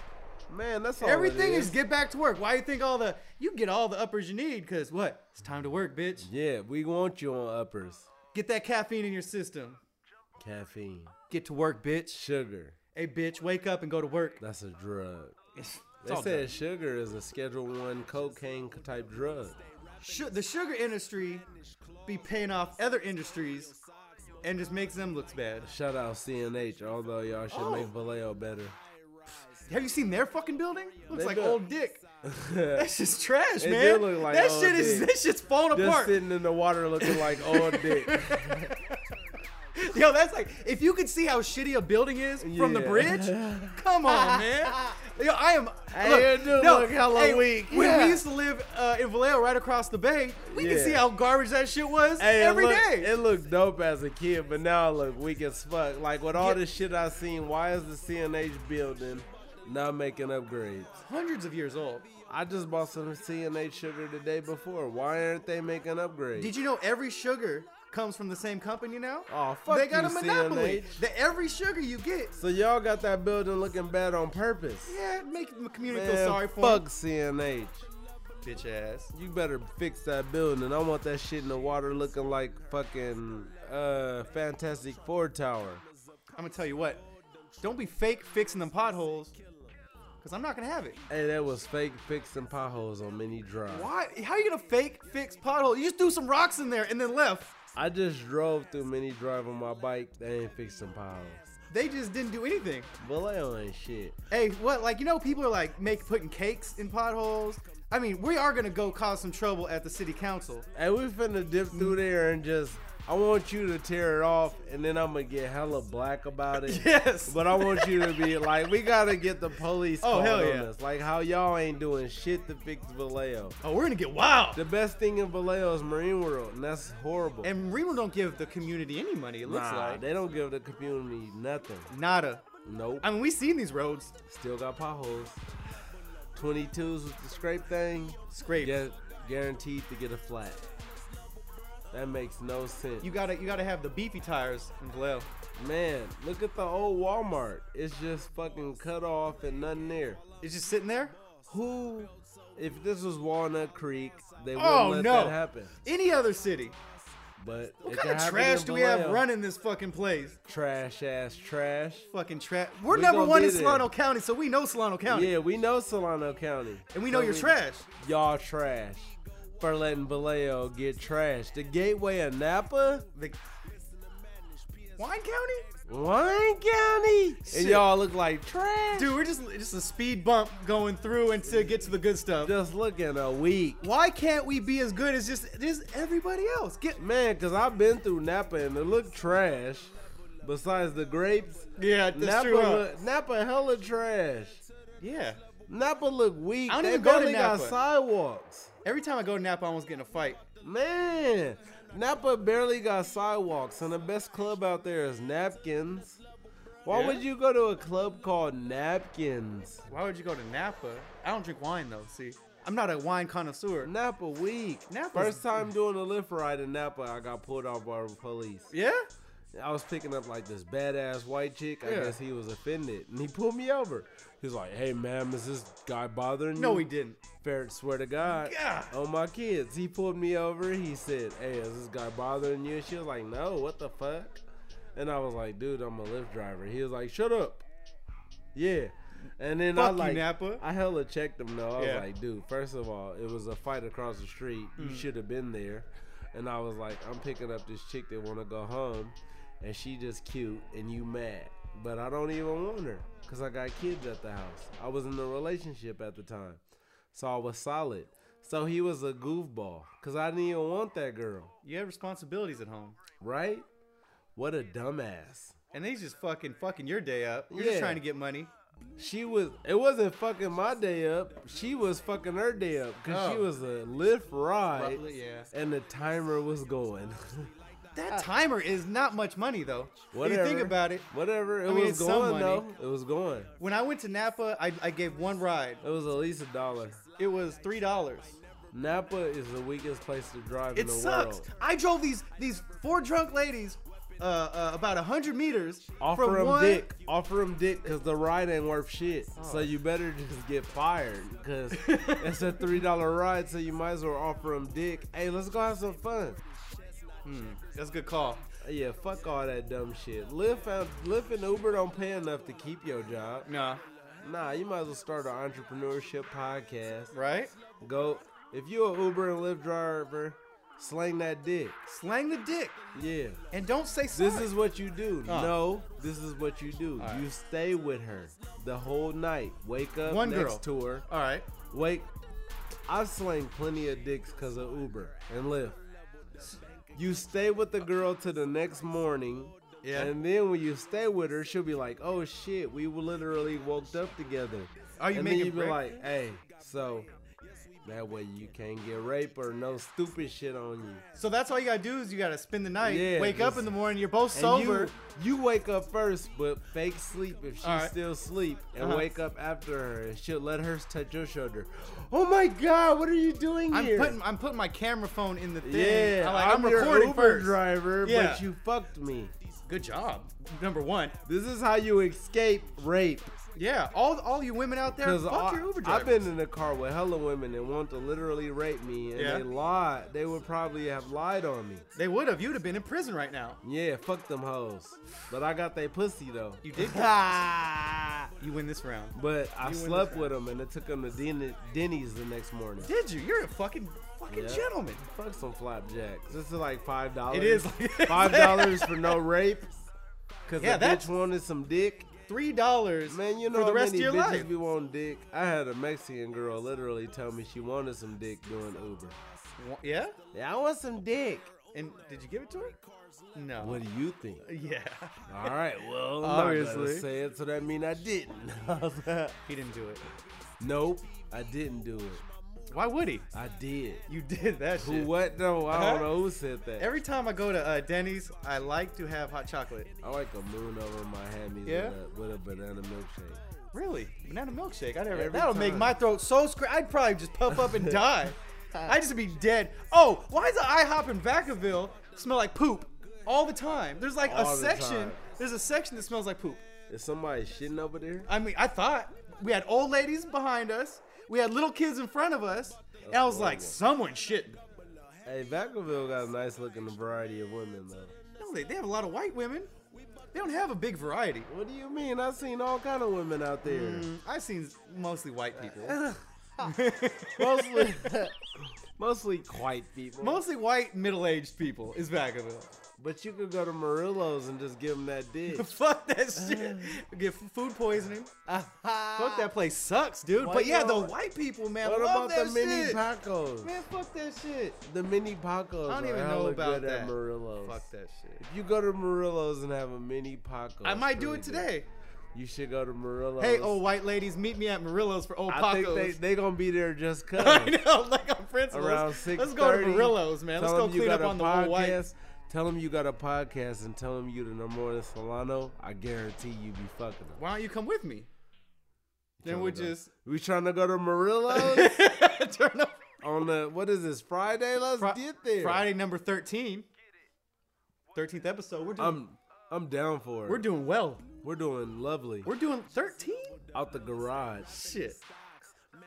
Speaker 2: man, that's all. Oh, it
Speaker 1: Everything is
Speaker 2: is
Speaker 1: get back to work. Why you think all the you get all the uppers you need? Cause what? It's time to work, bitch.
Speaker 2: Yeah, we want you on uppers,
Speaker 1: Get that caffeine in your system.
Speaker 2: caffeine,
Speaker 1: Get to work, bitch.
Speaker 2: sugar.
Speaker 1: Hey, bitch, wake up and go to work.
Speaker 2: That's a drug.
Speaker 1: It's
Speaker 2: They
Speaker 1: all
Speaker 2: said
Speaker 1: good.
Speaker 2: sugar is a Schedule One cocaine type drug.
Speaker 1: Su- the sugar industry be paying off other industries and just makes them look bad.
Speaker 2: Shout out CNH, although y'all should
Speaker 1: Oh.
Speaker 2: make Vallejo better.
Speaker 1: Have you seen their fucking building? Looks
Speaker 2: They
Speaker 1: like
Speaker 2: do.
Speaker 1: old dick. That's just trash,
Speaker 2: It
Speaker 1: man.
Speaker 2: do look like
Speaker 1: that
Speaker 2: old
Speaker 1: shit is
Speaker 2: dick.
Speaker 1: that shit's falling
Speaker 2: Just
Speaker 1: apart.
Speaker 2: sitting in the water looking like old dick.
Speaker 1: Yo, that's like if you could see how shitty a building is from the
Speaker 2: Yeah.
Speaker 1: bridge. Come on, man. Yo, I am.
Speaker 2: Hey,
Speaker 1: look,
Speaker 2: it do
Speaker 1: no,
Speaker 2: look hella
Speaker 1: hey,
Speaker 2: weak.
Speaker 1: When
Speaker 2: Yeah.
Speaker 1: we used to live uh, in Vallejo, right across the bay, we could
Speaker 2: Yeah.
Speaker 1: see how garbage that shit was
Speaker 2: Hey,
Speaker 1: every
Speaker 2: it
Speaker 1: day.
Speaker 2: look- It looked dope as a kid, but now I look weak as fuck. Like with all
Speaker 1: Yeah.
Speaker 2: this shit I seen, why is the CNH building not making upgrades?
Speaker 1: Hundreds of years old.
Speaker 2: I just bought some CNH sugar the day before. Why aren't they making upgrades?
Speaker 1: Did you know every sugar comes from the same company now?
Speaker 2: Aw, Oh, fuck
Speaker 1: they got
Speaker 2: you,
Speaker 1: a monopoly.
Speaker 2: CNH.
Speaker 1: That every sugar you get,
Speaker 2: so y'all got that building looking bad on purpose.
Speaker 1: yeah, make the community
Speaker 2: Man,
Speaker 1: feel sorry for.
Speaker 2: fuck CNH.
Speaker 1: bitch ass.
Speaker 2: You better fix that building. I want that shit in the water looking like fucking uh Fantastic Four Tower.
Speaker 1: I'm gonna tell you what. Don't be fake fixing them potholes, cause I'm not gonna have it.
Speaker 2: Hey, that was fake fixing potholes on many drives.
Speaker 1: Why? How you gonna fake fix pothole? You just threw some rocks in there and then left.
Speaker 2: I just drove through many drive on my bike. They ain't fixing potholes.
Speaker 1: They just didn't do anything.
Speaker 2: Vallejo ain't shit.
Speaker 1: Hey, what? Like you know, people are like make putting cakes in potholes. I mean, we are gonna go cause some trouble at the city council.
Speaker 2: Hey, we finna dip through there and just. I want you to tear it off, and then I'm gonna get hella black about it.
Speaker 1: Yes.
Speaker 2: But I want you to be like, we gotta get the police
Speaker 1: Oh,
Speaker 2: called
Speaker 1: hell
Speaker 2: on
Speaker 1: yeah.
Speaker 2: us. Like how y'all ain't doing shit to fix Vallejo.
Speaker 1: Oh, we're gonna get wild.
Speaker 2: The best thing in Vallejo is Marine World, and that's horrible.
Speaker 1: And Remo don't give the community any money. It looks
Speaker 2: nah,
Speaker 1: like
Speaker 2: they don't give the community nothing.
Speaker 1: nada.
Speaker 2: Nope.
Speaker 1: I mean, we seen these roads
Speaker 2: Still got potholes. 22s with the scrape thing.
Speaker 1: scraped.
Speaker 2: Get, guaranteed to get a flat. That makes no sense.
Speaker 1: You gotta, you gotta have the beefy tires in Vallejo.
Speaker 2: Man, look at the old Walmart. It's just fucking cut off and nothing there.
Speaker 1: It's just sitting there.
Speaker 2: Who, if this was Walnut Creek, they wouldn't
Speaker 1: Oh,
Speaker 2: let
Speaker 1: no.
Speaker 2: that happen.
Speaker 1: Any other city?
Speaker 2: But
Speaker 1: What
Speaker 2: it can
Speaker 1: kind of
Speaker 2: happen
Speaker 1: trash
Speaker 2: in
Speaker 1: do we have
Speaker 2: Vallejo.
Speaker 1: running this fucking place?
Speaker 2: Trash ass trash.
Speaker 1: Fucking trash. We're
Speaker 2: We
Speaker 1: number
Speaker 2: gonna
Speaker 1: one
Speaker 2: be
Speaker 1: in
Speaker 2: there.
Speaker 1: Solano County, so we know Solano County,
Speaker 2: Yeah, we know Solano County,
Speaker 1: and we know
Speaker 2: So
Speaker 1: you're trash.
Speaker 2: Y'all trash for letting Vallejo get trash. The Gateway of Napa.
Speaker 1: The- Wine County,
Speaker 2: Wine County.
Speaker 1: Shit.
Speaker 2: And y'all look like trash.
Speaker 1: dude. We're just just a speed bump going through and to get to the good stuff.
Speaker 2: Just looking a week.
Speaker 1: Why can't we be as good as just as everybody else? Get
Speaker 2: Man, because I've been through Napa and it looked trash. Besides the grapes,
Speaker 1: yeah, that's
Speaker 2: Napa,
Speaker 1: true. huh?
Speaker 2: look, Napa hella trash.
Speaker 1: yeah.
Speaker 2: Napa look weak.
Speaker 1: I don't
Speaker 2: they
Speaker 1: even go to
Speaker 2: barely got
Speaker 1: Napa.
Speaker 2: sidewalks.
Speaker 1: Every time I go to Napa, I almost get in a fight.
Speaker 2: Man, Napa barely got sidewalks, and the best club out there is Napkins. Why
Speaker 1: Yeah.
Speaker 2: would you go to a club called Napkins?
Speaker 1: Why would you go to Napa? I don't drink wine though. See, I'm not a wine connoisseur.
Speaker 2: Napa weak.
Speaker 1: Napa's-
Speaker 2: First time doing a lift ride in Napa, I got pulled off by the police.
Speaker 1: Yeah,
Speaker 2: I was picking up like this badass white chick. I
Speaker 1: Yeah.
Speaker 2: guess he was offended, and he pulled me over. He was like, "Hey, ma'am, is this guy bothering you?"
Speaker 1: no, he didn't.
Speaker 2: Fair, swear to God,
Speaker 1: God.
Speaker 2: Oh my kids. He pulled me over. He said, "Hey, is this guy bothering you?" And she was like, "No, what the fuck?" And I was like, "Dude, I'm a Lyft driver." He was like, "Shut up." Yeah. And then I
Speaker 1: Fuck you,
Speaker 2: like
Speaker 1: Napa.
Speaker 2: I hella checked him though. I
Speaker 1: Yeah.
Speaker 2: was like, dude, first of all, it was a fight across the street. You should have been there. And I was like, I'm picking up this chick that wanna go home, and she just cute, and you mad, but I don't even want her, cause I got kids at the house. I was in a relationship at the time, so I was solid. So he was a goofball, cause I didn't even want that girl,
Speaker 1: You have responsibilities at home.
Speaker 2: right? What a dumbass.
Speaker 1: And they just fucking fucking your day up. You're just
Speaker 2: Yeah.
Speaker 1: trying to get money.
Speaker 2: She was. It wasn't fucking my day up. She was fucking her day up because she
Speaker 1: Oh.
Speaker 2: was a lift ride,
Speaker 1: Roughly, yeah.
Speaker 2: and the timer was going.
Speaker 1: That timer is not much money though. If
Speaker 2: Ah. Whatever.
Speaker 1: you think about it,
Speaker 2: Whatever. It
Speaker 1: I mean,
Speaker 2: was
Speaker 1: it's some
Speaker 2: going
Speaker 1: money.
Speaker 2: though. It was going.
Speaker 1: when I went to Napa, I, I gave one ride.
Speaker 2: It was at least a dollar.
Speaker 1: It was three dollars.
Speaker 2: Napa is the weakest place to drive in
Speaker 1: It
Speaker 2: the
Speaker 1: sucks.
Speaker 2: world.
Speaker 1: I drove these these four drunk ladies uh, uh about hundred meters
Speaker 2: Offer
Speaker 1: from
Speaker 2: him
Speaker 1: one.
Speaker 2: dick. Offer him dick because the ride ain't worth shit. So you better just get fired because it's a three dollar ride. So you might as well offer him dick. Hey, let's go have some fun.
Speaker 1: That's a good call.
Speaker 2: Yeah, fuck all that dumb shit. Lyft, and- Lyft and Uber don't pay enough to keep your job.
Speaker 1: Nah,
Speaker 2: Nah, you might as well start an entrepreneurship podcast.
Speaker 1: right?
Speaker 2: Go if you a Uber and Lyft driver, slang that dick.
Speaker 1: Slang the dick
Speaker 2: Yeah,
Speaker 1: and don't say sorry.
Speaker 2: this is what you do.
Speaker 1: Uh.
Speaker 2: No, this is what you do.
Speaker 1: Alright.
Speaker 2: You stay with her the whole night. Wake up
Speaker 1: One
Speaker 2: next
Speaker 1: girl. Oh,
Speaker 2: to her.
Speaker 1: all right.
Speaker 2: Wake. I slang plenty of dicks because of Uber and Lyft. You stay with the girl to the next morning.
Speaker 1: Yeah.
Speaker 2: And then when you stay with her, she'll be like, "Oh shit, we literally woke up together."
Speaker 1: Are you
Speaker 2: and
Speaker 1: making
Speaker 2: then you be
Speaker 1: break-
Speaker 2: like, "Hey, so that way you can't get raped or no stupid shit on you."
Speaker 1: So that's all you gotta do is you gotta spend the night,
Speaker 2: Yeah,
Speaker 1: wake up
Speaker 2: just-
Speaker 1: in the morning, you're both
Speaker 2: And
Speaker 1: sober.
Speaker 2: You, you wake up first, but fake sleep if she's
Speaker 1: Alright.
Speaker 2: still asleep, and
Speaker 1: Uh-huh.
Speaker 2: wake up after her, and she'll let hers touch your shoulder. Oh my god, what are you doing
Speaker 1: I'm
Speaker 2: here?
Speaker 1: putting I'm putting my camera phone in the thing.
Speaker 2: yeah,
Speaker 1: I, like, I'm,
Speaker 2: your
Speaker 1: recording
Speaker 2: Uber
Speaker 1: first.
Speaker 2: driver,
Speaker 1: Yeah.
Speaker 2: but you fucked me.
Speaker 1: Good job. Number one.
Speaker 2: This is how you escape rape.
Speaker 1: Yeah. All all you women out there,
Speaker 2: Because
Speaker 1: fuck your Uber driver.
Speaker 2: I've been in a car with hella women that want to literally rape me, and
Speaker 1: Yeah.
Speaker 2: they lied. They would probably have lied on me.
Speaker 1: They would have. You'd have been in prison right now.
Speaker 2: Yeah, fuck them hoes. But I got they pussy though.
Speaker 1: You did. you win this round.
Speaker 2: But I
Speaker 1: You win
Speaker 2: slept
Speaker 1: this
Speaker 2: with them, and it took them to Den- Denny's the next morning.
Speaker 1: Did you? You're a fucking fucking
Speaker 2: Yeah.
Speaker 1: gentleman.
Speaker 2: Fuck some flapjacks. This is like five dollars.
Speaker 1: It is.
Speaker 2: five dollars for no rape. Cause
Speaker 1: Yeah,
Speaker 2: the bitch
Speaker 1: that's-
Speaker 2: wanted some dick.
Speaker 1: Three dollars.
Speaker 2: Man, you know
Speaker 1: for the
Speaker 2: how
Speaker 1: rest
Speaker 2: many
Speaker 1: of your
Speaker 2: bitches
Speaker 1: life.
Speaker 2: be wanting dick. I had a Mexican girl literally tell me she wanted some dick doing Uber.
Speaker 1: Wa- Yeah.
Speaker 2: Yeah, I want some dick.
Speaker 1: And did you give it to her? No.
Speaker 2: What do you think?
Speaker 1: Yeah.
Speaker 2: All right, well, obviously,
Speaker 1: Obviously.
Speaker 2: say it, so that mean I didn't.
Speaker 1: He didn't do it.
Speaker 2: nope, I didn't do it.
Speaker 1: Why would he?
Speaker 2: I did.
Speaker 1: You did that
Speaker 2: Who?
Speaker 1: shit.
Speaker 2: What? No, I
Speaker 1: Huh?
Speaker 2: don't know who said that.
Speaker 1: Every time I go to uh, Denny's, I like to have hot chocolate.
Speaker 2: I like a moon over my hammies
Speaker 1: Yeah?
Speaker 2: with, a, with a banana milkshake.
Speaker 1: Really? Banana milkshake. I never.
Speaker 2: Every
Speaker 1: That'll make
Speaker 2: time.
Speaker 1: my throat so scratch. I'd probably just puff up and die. I'd just be dead. Oh, why does the IHOP in Vacaville smell like poop all the time? There's like
Speaker 2: All
Speaker 1: a
Speaker 2: the
Speaker 1: section.
Speaker 2: time.
Speaker 1: There's a section that smells like poop.
Speaker 2: Is somebody shitting over there?
Speaker 1: I mean, I thought we had old ladies behind us. We had little kids in front of us. And I was like,
Speaker 2: horrible.
Speaker 1: someone shitting.
Speaker 2: Hey, Vacaville got a nice looking variety of women though.
Speaker 1: No, they, they have a lot of white women. They don't have a big variety.
Speaker 2: What do you mean? I've seen all kind of women out there.
Speaker 1: I've seen mostly white people.
Speaker 2: Mostly, mostly white people.
Speaker 1: mostly white middle-aged people is Vacaville.
Speaker 2: but you could go to Murillo's and just give them that dick.
Speaker 1: Fuck that
Speaker 2: Uh.
Speaker 1: shit. Get f- food poisoning. Fuck that place sucks, dude.
Speaker 2: Uh-huh. Why
Speaker 1: but yeah,
Speaker 2: y'all-
Speaker 1: the white people, man,
Speaker 2: what
Speaker 1: love
Speaker 2: about the
Speaker 1: that
Speaker 2: mini
Speaker 1: shit.
Speaker 2: tacos?
Speaker 1: man, fuck that shit.
Speaker 2: The mini tacos.
Speaker 1: I
Speaker 2: are
Speaker 1: don't even know
Speaker 2: hella
Speaker 1: about
Speaker 2: good
Speaker 1: that.
Speaker 2: At Murillo's.
Speaker 1: Fuck that shit.
Speaker 2: If you go to Murillo's and have a mini taco,
Speaker 1: I
Speaker 2: it's
Speaker 1: might do
Speaker 2: pretty
Speaker 1: it
Speaker 2: good.
Speaker 1: today.
Speaker 2: You should go to Murillo's.
Speaker 1: Hey, old white ladies, meet me at Murillo's for old
Speaker 2: I
Speaker 1: tacos.
Speaker 2: think they they gonna be there just cause.
Speaker 1: I know, like I'm friends with
Speaker 2: Around
Speaker 1: us.
Speaker 2: six.
Speaker 1: Let's go to Murillo's, man. Let's go clean up on the old white.
Speaker 2: Tell them you got a podcast and tell them you the number one in Solano. I guarantee you be fucking them.
Speaker 1: Why don't you come with me? Then we'll just
Speaker 2: we trying to go to Murillo's
Speaker 1: turn up
Speaker 2: on the what is this Friday? Let's
Speaker 1: Fri-
Speaker 2: get there.
Speaker 1: Friday number thirteen. Thirteenth episode. We're doing
Speaker 2: I'm I'm down for it.
Speaker 1: we're doing well.
Speaker 2: we're doing lovely.
Speaker 1: We're doing thirteen.
Speaker 2: out the garage.
Speaker 1: Shit.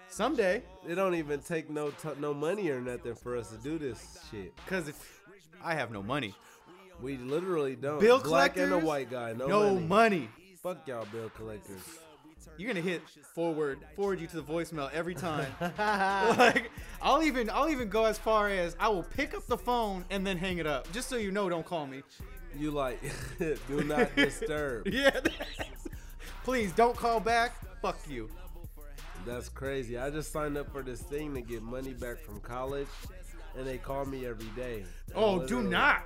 Speaker 1: Someday,
Speaker 2: It don't even take no t- no money or nothing for us to do this shit.
Speaker 1: because if I have no money,
Speaker 2: We literally don't.
Speaker 1: bill
Speaker 2: Black
Speaker 1: collectors.
Speaker 2: and a white guy. No,
Speaker 1: no
Speaker 2: money.
Speaker 1: money.
Speaker 2: Fuck y'all bill collectors.
Speaker 1: you're gonna hit forward, forward you to the voicemail every time. like I'll even I'll even go as far as I will pick up the phone and then hang it up, just so you know, don't call me.
Speaker 2: You like, do not disturb.
Speaker 1: Yeah. Please don't call back. Fuck you.
Speaker 2: That's crazy. I just signed up for this thing to get money back from college, and they call me every day.
Speaker 1: Oh, do
Speaker 2: Literally.
Speaker 1: not.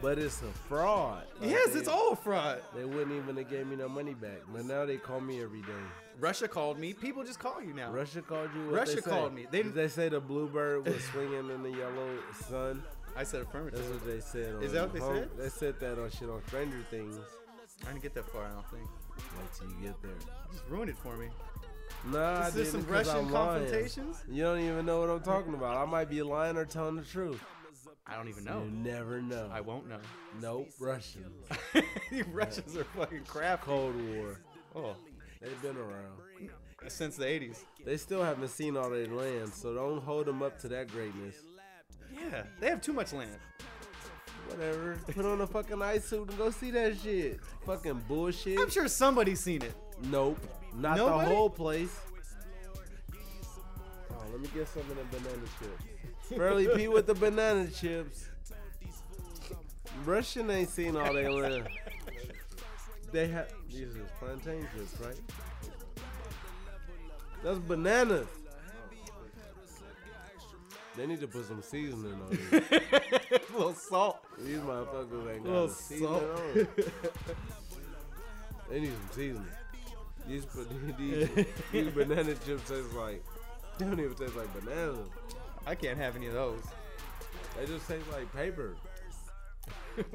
Speaker 2: But it's a fraud. Like,
Speaker 1: Yes,
Speaker 2: they-
Speaker 1: it's all fraud.
Speaker 2: They wouldn't even have gave me no money back, but now they call me every day.
Speaker 1: Russia called me. People just call you now.
Speaker 2: Russia called you. What
Speaker 1: Russia
Speaker 2: they say?
Speaker 1: called me. They-
Speaker 2: Did they say the bluebird was swinging in the yellow sun?
Speaker 1: I said
Speaker 2: That's
Speaker 1: affirmative.
Speaker 2: what they said. On
Speaker 1: Is that what they
Speaker 2: Home-
Speaker 1: said?
Speaker 2: They said that on shit on Stranger Things.
Speaker 1: I didn't get that far. I don't think.
Speaker 2: Wait till you get there.
Speaker 1: Just ruined it for me.
Speaker 2: Nah,
Speaker 1: Is this
Speaker 2: I didn't
Speaker 1: some
Speaker 2: 'cause
Speaker 1: Russian
Speaker 2: I'm lying.
Speaker 1: confrontations?
Speaker 2: You don't even know what I'm talking about. I might be lying or telling the truth.
Speaker 1: I don't even know.
Speaker 2: You never know.
Speaker 1: Oh. I won't know.
Speaker 2: Nope, Russians.
Speaker 1: the Russians are fucking crap.
Speaker 2: Cold War.
Speaker 1: Oh,
Speaker 2: They've been around.
Speaker 1: since the 80s.
Speaker 2: They still haven't seen all their land, so don't hold them up to that greatness.
Speaker 1: Yeah, they have too much land.
Speaker 2: Whatever. Put on a fucking ice suit and go see that shit. Fucking bullshit.
Speaker 1: I'm sure somebody's seen it.
Speaker 2: Nope. Not
Speaker 1: Nobody?
Speaker 2: the whole place. Oh, let me get some of the banana chips. Burley P with the banana chips. Russian ain't seen all they land. They have these is plantain chips, right? That's bananas. They need to put some seasoning on these.
Speaker 1: little salt.
Speaker 2: These motherfuckers ain't got
Speaker 1: Little
Speaker 2: no seasoning
Speaker 1: salt.
Speaker 2: on. 'em. They need some seasoning. These, ba- these, these banana chips taste like they don't even taste like bananas.
Speaker 1: I can't have any of those.
Speaker 2: They just taste like paper. It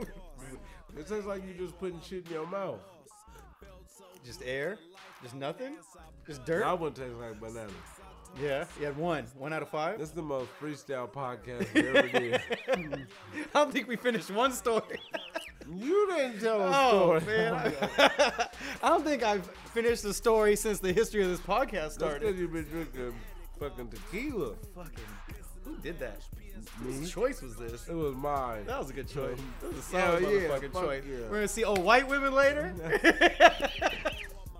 Speaker 2: tastes like you just putting shit in your mouth.
Speaker 1: Just air? Just nothing? Just dirt?
Speaker 2: That one tastes like bananas.
Speaker 1: Yeah. You had one. One out of five?
Speaker 2: This is the most freestyle podcast we ever did.
Speaker 1: I don't think we finished one story.
Speaker 2: You didn't tell a
Speaker 1: Oh,
Speaker 2: story.
Speaker 1: man. I don't think I've finished the story since the history of this podcast
Speaker 2: That's because
Speaker 1: started.
Speaker 2: you've been drinking fucking tequila.
Speaker 1: Fucking, who did that?
Speaker 2: Me?
Speaker 1: Whose choice was this?
Speaker 2: It was mine.
Speaker 1: That was a good choice. That was a
Speaker 2: Hell
Speaker 1: solid
Speaker 2: yeah,
Speaker 1: motherfucking
Speaker 2: fuck
Speaker 1: choice.
Speaker 2: yeah.
Speaker 1: We're gonna see old white women later.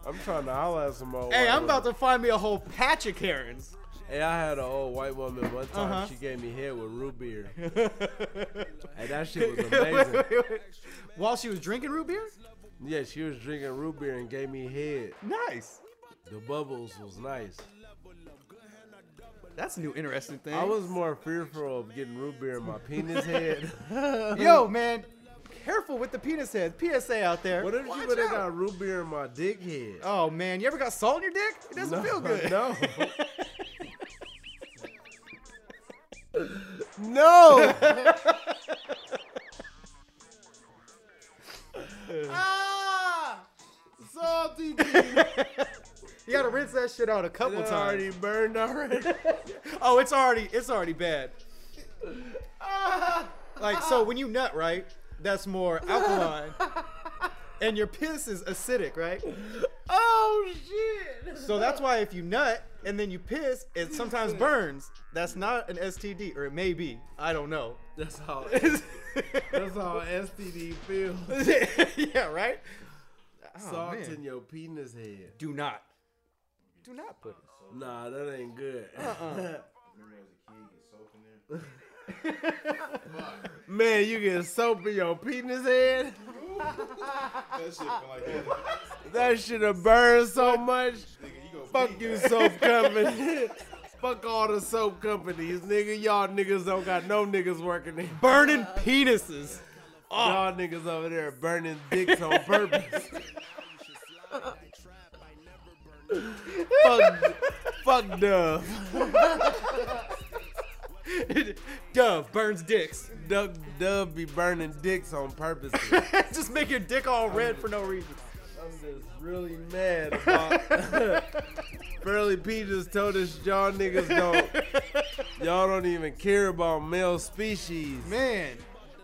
Speaker 2: I'm trying to holler at some old.
Speaker 1: hey,
Speaker 2: white
Speaker 1: I'm
Speaker 2: woman.
Speaker 1: about to find me a whole patch of Karens.
Speaker 2: Hey, I had an old white woman one time.
Speaker 1: Uh-huh.
Speaker 2: She gave me head with root beer. hey, that shit was amazing.
Speaker 1: While she was drinking root beer?
Speaker 2: yeah, she was drinking root beer and gave me head.
Speaker 1: Nice.
Speaker 2: The bubbles was nice.
Speaker 1: That's a new interesting thing.
Speaker 2: I was more fearful of getting root beer in my penis head.
Speaker 1: Yo, man, careful with the penis heads. PSA out there.
Speaker 2: What if
Speaker 1: Watch
Speaker 2: she would have
Speaker 1: out.
Speaker 2: got root beer in my dick head?
Speaker 1: Oh man, you ever got salt in your dick? It doesn't
Speaker 2: no,
Speaker 1: feel good.
Speaker 2: No. no.
Speaker 1: Ah!
Speaker 2: Salty. It
Speaker 1: You gotta rinse that shit out a couple times.
Speaker 2: already burned already.
Speaker 1: Oh, it's already it's already bad. like so when you nut, right? That's more alkaline. and your piss is acidic, right?
Speaker 2: oh shit.
Speaker 1: So that's why if you nut and then you piss, it sometimes burns. That's not an STD, or it may be. I don't know.
Speaker 2: That's how. That's how STD feels.
Speaker 1: yeah, right? Oh,
Speaker 2: Salt
Speaker 1: man.
Speaker 2: in your penis head.
Speaker 1: Do not. Do not put it.
Speaker 2: Nah, that ain't good. Man, you get soap in your penis head.
Speaker 4: That shit been like that.
Speaker 2: That should have burned so much.
Speaker 4: Nigga, you gonna
Speaker 2: Fuck you, soap company. Fuck all the soap companies, nigga. Y'all niggas don't got no niggas working there.
Speaker 1: Burning penises.
Speaker 2: Y'all niggas over there burning dicks on purpose. fuck, fuck Dove.
Speaker 1: Dove burns dicks.
Speaker 2: Dove. Dove be burning dicks on purpose.
Speaker 1: Just make your dick all red for no reason.
Speaker 2: I'm just really mad about Burley P just told us y'all niggas don't y'all don't even care about male species.
Speaker 1: Man,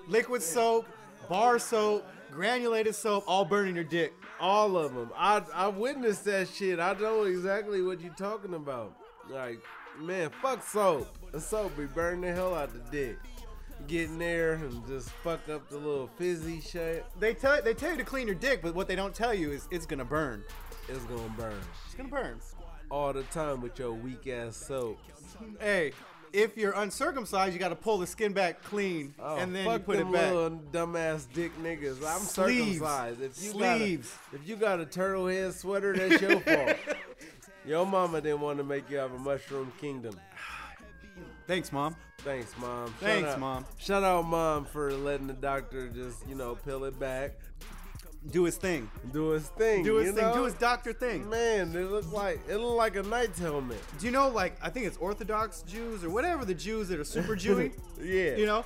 Speaker 1: liquid soap, bar soap, granulated soap, all burning your dick.
Speaker 2: All of them. I I witnessed that shit. I know exactly what you're talking about. Like, man, fuck soap. The soap be burning the hell out the dick. Get in there and just fuck up the little fizzy shit.
Speaker 1: They tell they tell you to clean your dick, but what they don't tell you is it's gonna burn.
Speaker 2: it's gonna burn
Speaker 1: It's gonna burn.
Speaker 2: all the time with your weak ass soap.
Speaker 1: Hey, if you're uncircumcised, you gotta pull the skin back clean
Speaker 2: Oh,
Speaker 1: and then you
Speaker 2: fuck
Speaker 1: put
Speaker 2: them
Speaker 1: it back.
Speaker 2: little dumbass dick niggas. I'm
Speaker 1: Sleeves.
Speaker 2: circumcised. If you
Speaker 1: Sleeves.
Speaker 2: got a, if you got a turtle head sweater, that's your fault. Your mama didn't want to make you have a mushroom kingdom.
Speaker 1: Thanks, mom.
Speaker 2: Thanks, mom. Shout
Speaker 1: Thanks,
Speaker 2: out-
Speaker 1: Mom.
Speaker 2: Shout out, mom, for letting the doctor just you know peel it back,
Speaker 1: Do his thing.
Speaker 2: do his thing.
Speaker 1: Do his
Speaker 2: you
Speaker 1: thing.
Speaker 2: Know?
Speaker 1: Do his doctor thing.
Speaker 2: Man, it looked like it looked like a knight's helmet.
Speaker 1: Do you know, like, I think it's Orthodox Jews or whatever the Jews that are super Jewy.
Speaker 2: Yeah.
Speaker 1: You know,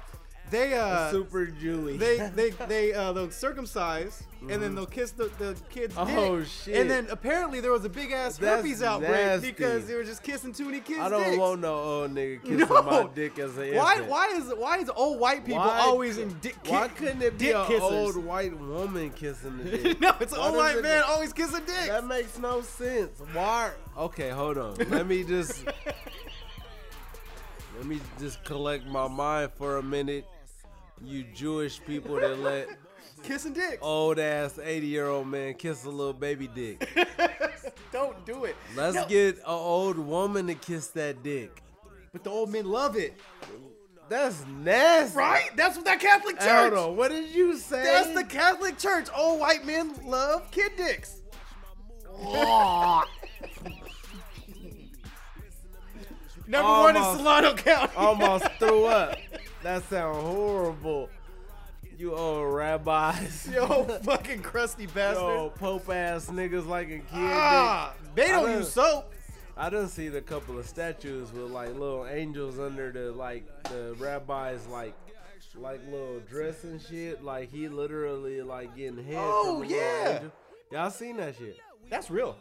Speaker 1: they uh,
Speaker 2: super Julie.
Speaker 1: they they they uh, they'll circumcise and then they'll kiss the, the kid's
Speaker 2: Mm-hmm. Oh,
Speaker 1: dick.
Speaker 2: shit.
Speaker 1: And then apparently there was a big ass
Speaker 2: That's
Speaker 1: herpes outbreak
Speaker 2: nasty.
Speaker 1: because they were just kissing too many kids.
Speaker 2: I don't
Speaker 1: dicks.
Speaker 2: want no old nigga kissing
Speaker 1: No.
Speaker 2: my dick as an
Speaker 1: Why?
Speaker 2: infant.
Speaker 1: Why is why is old white people
Speaker 2: Why-
Speaker 1: always in dick?
Speaker 2: Why
Speaker 1: ki-
Speaker 2: couldn't it be
Speaker 1: dick
Speaker 2: an
Speaker 1: kissers?
Speaker 2: old white woman kissing the dick?
Speaker 1: no, it's an
Speaker 2: Why
Speaker 1: old
Speaker 2: does
Speaker 1: white
Speaker 2: it-
Speaker 1: man always kissing dick.
Speaker 2: That makes no sense. Why? Okay, hold on. Let me just let me just collect my mind for a minute. You Jewish people that let
Speaker 1: Kissing dick.
Speaker 2: old ass eighty year old man kiss a little baby dick.
Speaker 1: Don't do it.
Speaker 2: Let's
Speaker 1: No,
Speaker 2: get an old woman to kiss that dick.
Speaker 1: But the old men love it,
Speaker 2: That's nasty.
Speaker 1: right? That's what that Catholic
Speaker 2: Hold
Speaker 1: Church.
Speaker 2: on. What did you say?
Speaker 1: That's the Catholic Church. Old white men love kid dicks. Number one
Speaker 2: Almost. Oh.
Speaker 1: is Solano County.
Speaker 2: almost threw up. That sound horrible. You old rabbis.
Speaker 1: Yo, fucking crusty bastard.
Speaker 2: Yo, pope ass niggas like a kid.
Speaker 1: ah, they
Speaker 2: I
Speaker 1: don't
Speaker 2: done-
Speaker 1: use soap.
Speaker 2: I done seen a couple of statues with like little angels under the like the rabbis like like little dress and shit. Like he literally like getting head.
Speaker 1: Oh,
Speaker 2: from a little
Speaker 1: yeah.
Speaker 2: angel. Y'all seen that shit?
Speaker 1: That's real.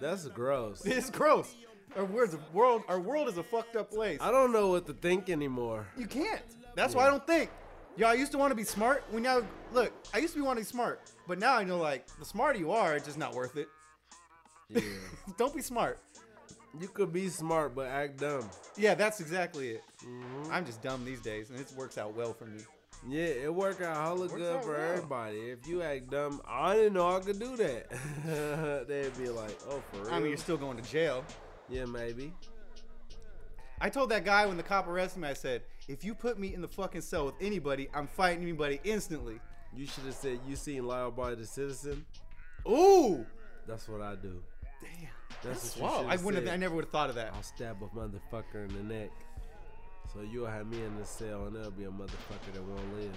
Speaker 2: That's gross.
Speaker 1: It's gross. Our world's a world. Our world is a fucked up place.
Speaker 2: I don't know what to think anymore.
Speaker 1: You can't. That's why I don't think. Yo, I used to want to be smart. When now, look, I used to be want to be smart, but now I know like the smarter you are, it's just not worth it.
Speaker 2: Yeah.
Speaker 1: don't be smart.
Speaker 2: you could be smart but act dumb.
Speaker 1: Yeah, that's exactly it.
Speaker 2: Mm-hmm.
Speaker 1: I'm just dumb these days, and it works out well for me.
Speaker 2: Yeah, it work out hella
Speaker 1: Works
Speaker 2: good
Speaker 1: out
Speaker 2: for
Speaker 1: well.
Speaker 2: everybody. If you act dumb, I didn't know I could do that. They'd be like, "Oh, for real?"
Speaker 1: I mean, you're still going to jail.
Speaker 2: yeah, maybe.
Speaker 1: I told that guy when the cop arrested me, I said, if you put me in the fucking cell with anybody, I'm fighting anybody instantly.
Speaker 2: You should have said you seen Loud by the Citizen.
Speaker 1: Ooh,
Speaker 2: That's what I do.
Speaker 1: damn.
Speaker 2: That's, what
Speaker 1: Wow,
Speaker 2: you should
Speaker 1: I
Speaker 2: have
Speaker 1: wouldn't. Have, I
Speaker 2: said.
Speaker 1: never would have thought of that.
Speaker 2: I'll stab a motherfucker in the neck. So you'll have me in the cell, and there'll be a motherfucker that won't live.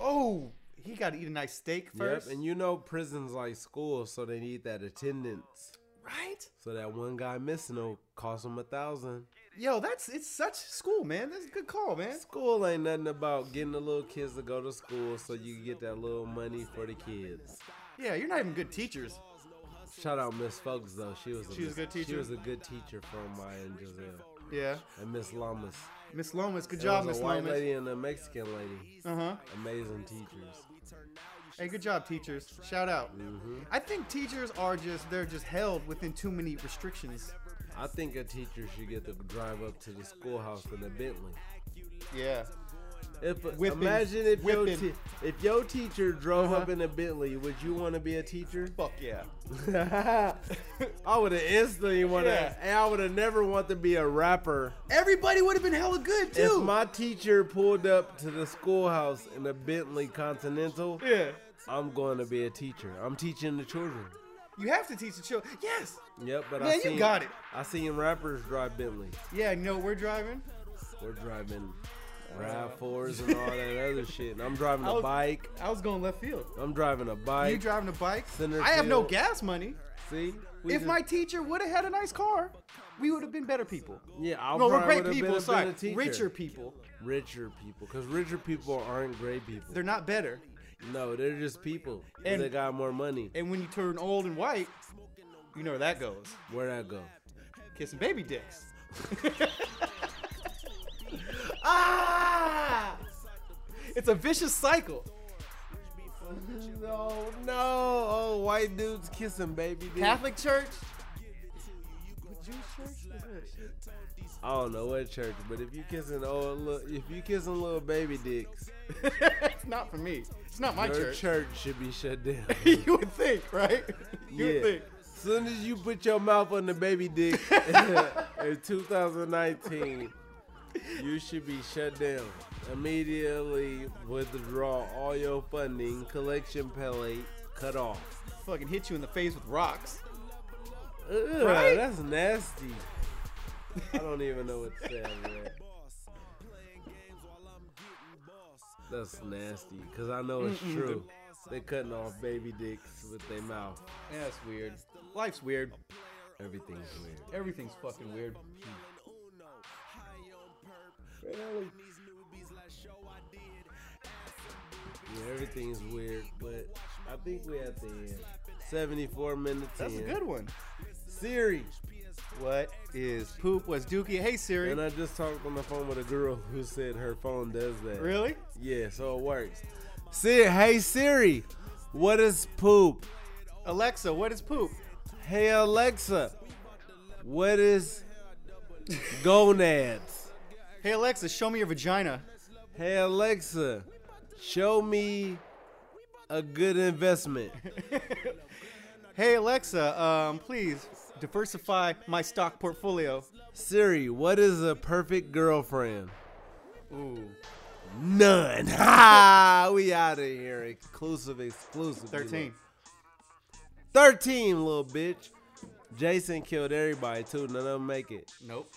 Speaker 1: Oh, he got to eat a nice steak first,
Speaker 2: Yep, and you know prisons like school, so they need that attendance.
Speaker 1: right?
Speaker 2: So that one guy missing will cost him a thousand.
Speaker 1: Yo, that's it's such school, man. That's a good call, man.
Speaker 2: School ain't nothing about getting the little kids to go to school so you can get that little money for the kids.
Speaker 1: Yeah, you're not even good teachers.
Speaker 2: Shout out Miss Folks though. She was a,
Speaker 1: She was a good
Speaker 2: She
Speaker 1: teacher?
Speaker 2: was a good teacher for Maya and Giselle
Speaker 1: Yeah,
Speaker 2: and Miss Lamas.
Speaker 1: Miss Lomas, good
Speaker 2: It
Speaker 1: job,
Speaker 2: was
Speaker 1: Miss
Speaker 2: a white
Speaker 1: Lomas.
Speaker 2: lady and a Mexican lady.
Speaker 1: Uh huh.
Speaker 2: Amazing teachers.
Speaker 1: Hey, good job, teachers. Shout out.
Speaker 2: Mm-hmm.
Speaker 1: I think teachers are just they're just held within too many restrictions.
Speaker 2: I think a teacher should get to drive up to the schoolhouse in a Bentley.
Speaker 1: Yeah.
Speaker 2: If
Speaker 1: Whipping.
Speaker 2: imagine if your
Speaker 1: Whipping.
Speaker 2: te- if your teacher drove up
Speaker 1: Uh-huh.
Speaker 2: in a Bentley, would you want to be a teacher?
Speaker 1: Fuck yeah.
Speaker 2: I would have instantly want to.
Speaker 1: Yeah.
Speaker 2: And I would have never want to be a rapper.
Speaker 1: Everybody would have been hella good too.
Speaker 2: If my teacher pulled up to the schoolhouse in a Bentley Continental,
Speaker 1: yeah.
Speaker 2: I'm going to be a teacher. I'm teaching the children.
Speaker 1: You have to teach the children. Yes.
Speaker 2: Yep, but I
Speaker 1: Man, you
Speaker 2: seen,
Speaker 1: got it.
Speaker 2: I seen rappers drive Bentley.
Speaker 1: Yeah. No, we're driving.
Speaker 2: We're driving Rav fours and all that other shit. And I'm driving
Speaker 1: I
Speaker 2: a
Speaker 1: was-
Speaker 2: bike.
Speaker 1: I was going left field.
Speaker 2: I'm driving a
Speaker 1: You
Speaker 2: bike.
Speaker 1: driving a bike?
Speaker 2: Center
Speaker 1: I have no
Speaker 2: field.
Speaker 1: gas money.
Speaker 2: See, We
Speaker 1: if
Speaker 2: just-
Speaker 1: my teacher would have had a nice car, we would have been better people.
Speaker 2: yeah, I
Speaker 1: no, we're
Speaker 2: probably
Speaker 1: great
Speaker 2: would've been
Speaker 1: people.
Speaker 2: a-
Speaker 1: Sorry,
Speaker 2: been a teacher.
Speaker 1: richer people.
Speaker 2: richer people, because richer people aren't great people.
Speaker 1: They're not better.
Speaker 2: No, they're just people.
Speaker 1: And-
Speaker 2: And they got more money.
Speaker 1: And when you turn old and white, you know where that goes.
Speaker 2: Where that go?
Speaker 1: Kissing baby dicks. ah! It's a vicious cycle.
Speaker 2: No, no. Oh, white dudes kissing baby. Dude.
Speaker 1: Catholic Church. What Jewish church is this?
Speaker 2: I don't know what church, but if you kissing old, look, if you kissing little baby dicks,
Speaker 1: it's not for me. It's not my
Speaker 2: your
Speaker 1: church.
Speaker 2: church. should be shut down.
Speaker 1: you would think, right? You
Speaker 2: yeah.
Speaker 1: would think.
Speaker 2: Soon as you put your mouth on the baby dick in 2019, you should be shut down. Immediately withdraw all your funding, collection plate cut off.
Speaker 1: Fucking hit you in the face with rocks.
Speaker 2: Ugh,
Speaker 1: Right?
Speaker 2: That's nasty. I don't even know what to say. Man. That's nasty because I know it's true. They cutting off baby dicks with their mouth.
Speaker 1: Yeah, that's weird. Life's weird.
Speaker 2: Everything's weird.
Speaker 1: Everything's fucking weird.
Speaker 2: Yeah, everything's weird, but I think we at the end. 74 minutes
Speaker 1: That's a
Speaker 2: in.
Speaker 1: good one.
Speaker 2: Siri.
Speaker 1: What is poop? What's dookie? Hey Siri.
Speaker 2: And I just talked on the phone with a girl who said her phone does that.
Speaker 1: Really?
Speaker 2: Yeah, so it works. Siri, hey Siri, what is poop?
Speaker 1: Alexa, what is poop?
Speaker 2: Hey Alexa, what is gonads?
Speaker 1: Hey Alexa, show me your vagina.
Speaker 2: Hey Alexa, show me a good investment.
Speaker 1: Hey Alexa, um, please diversify my stock portfolio.
Speaker 2: Siri, what is a perfect girlfriend?
Speaker 1: Ooh,
Speaker 2: None. Ha! We out of here. Exclusive, exclusive. We
Speaker 1: 13.
Speaker 2: love- 13, little bitch. Jason killed everybody, too. None of them make it.
Speaker 1: Nope.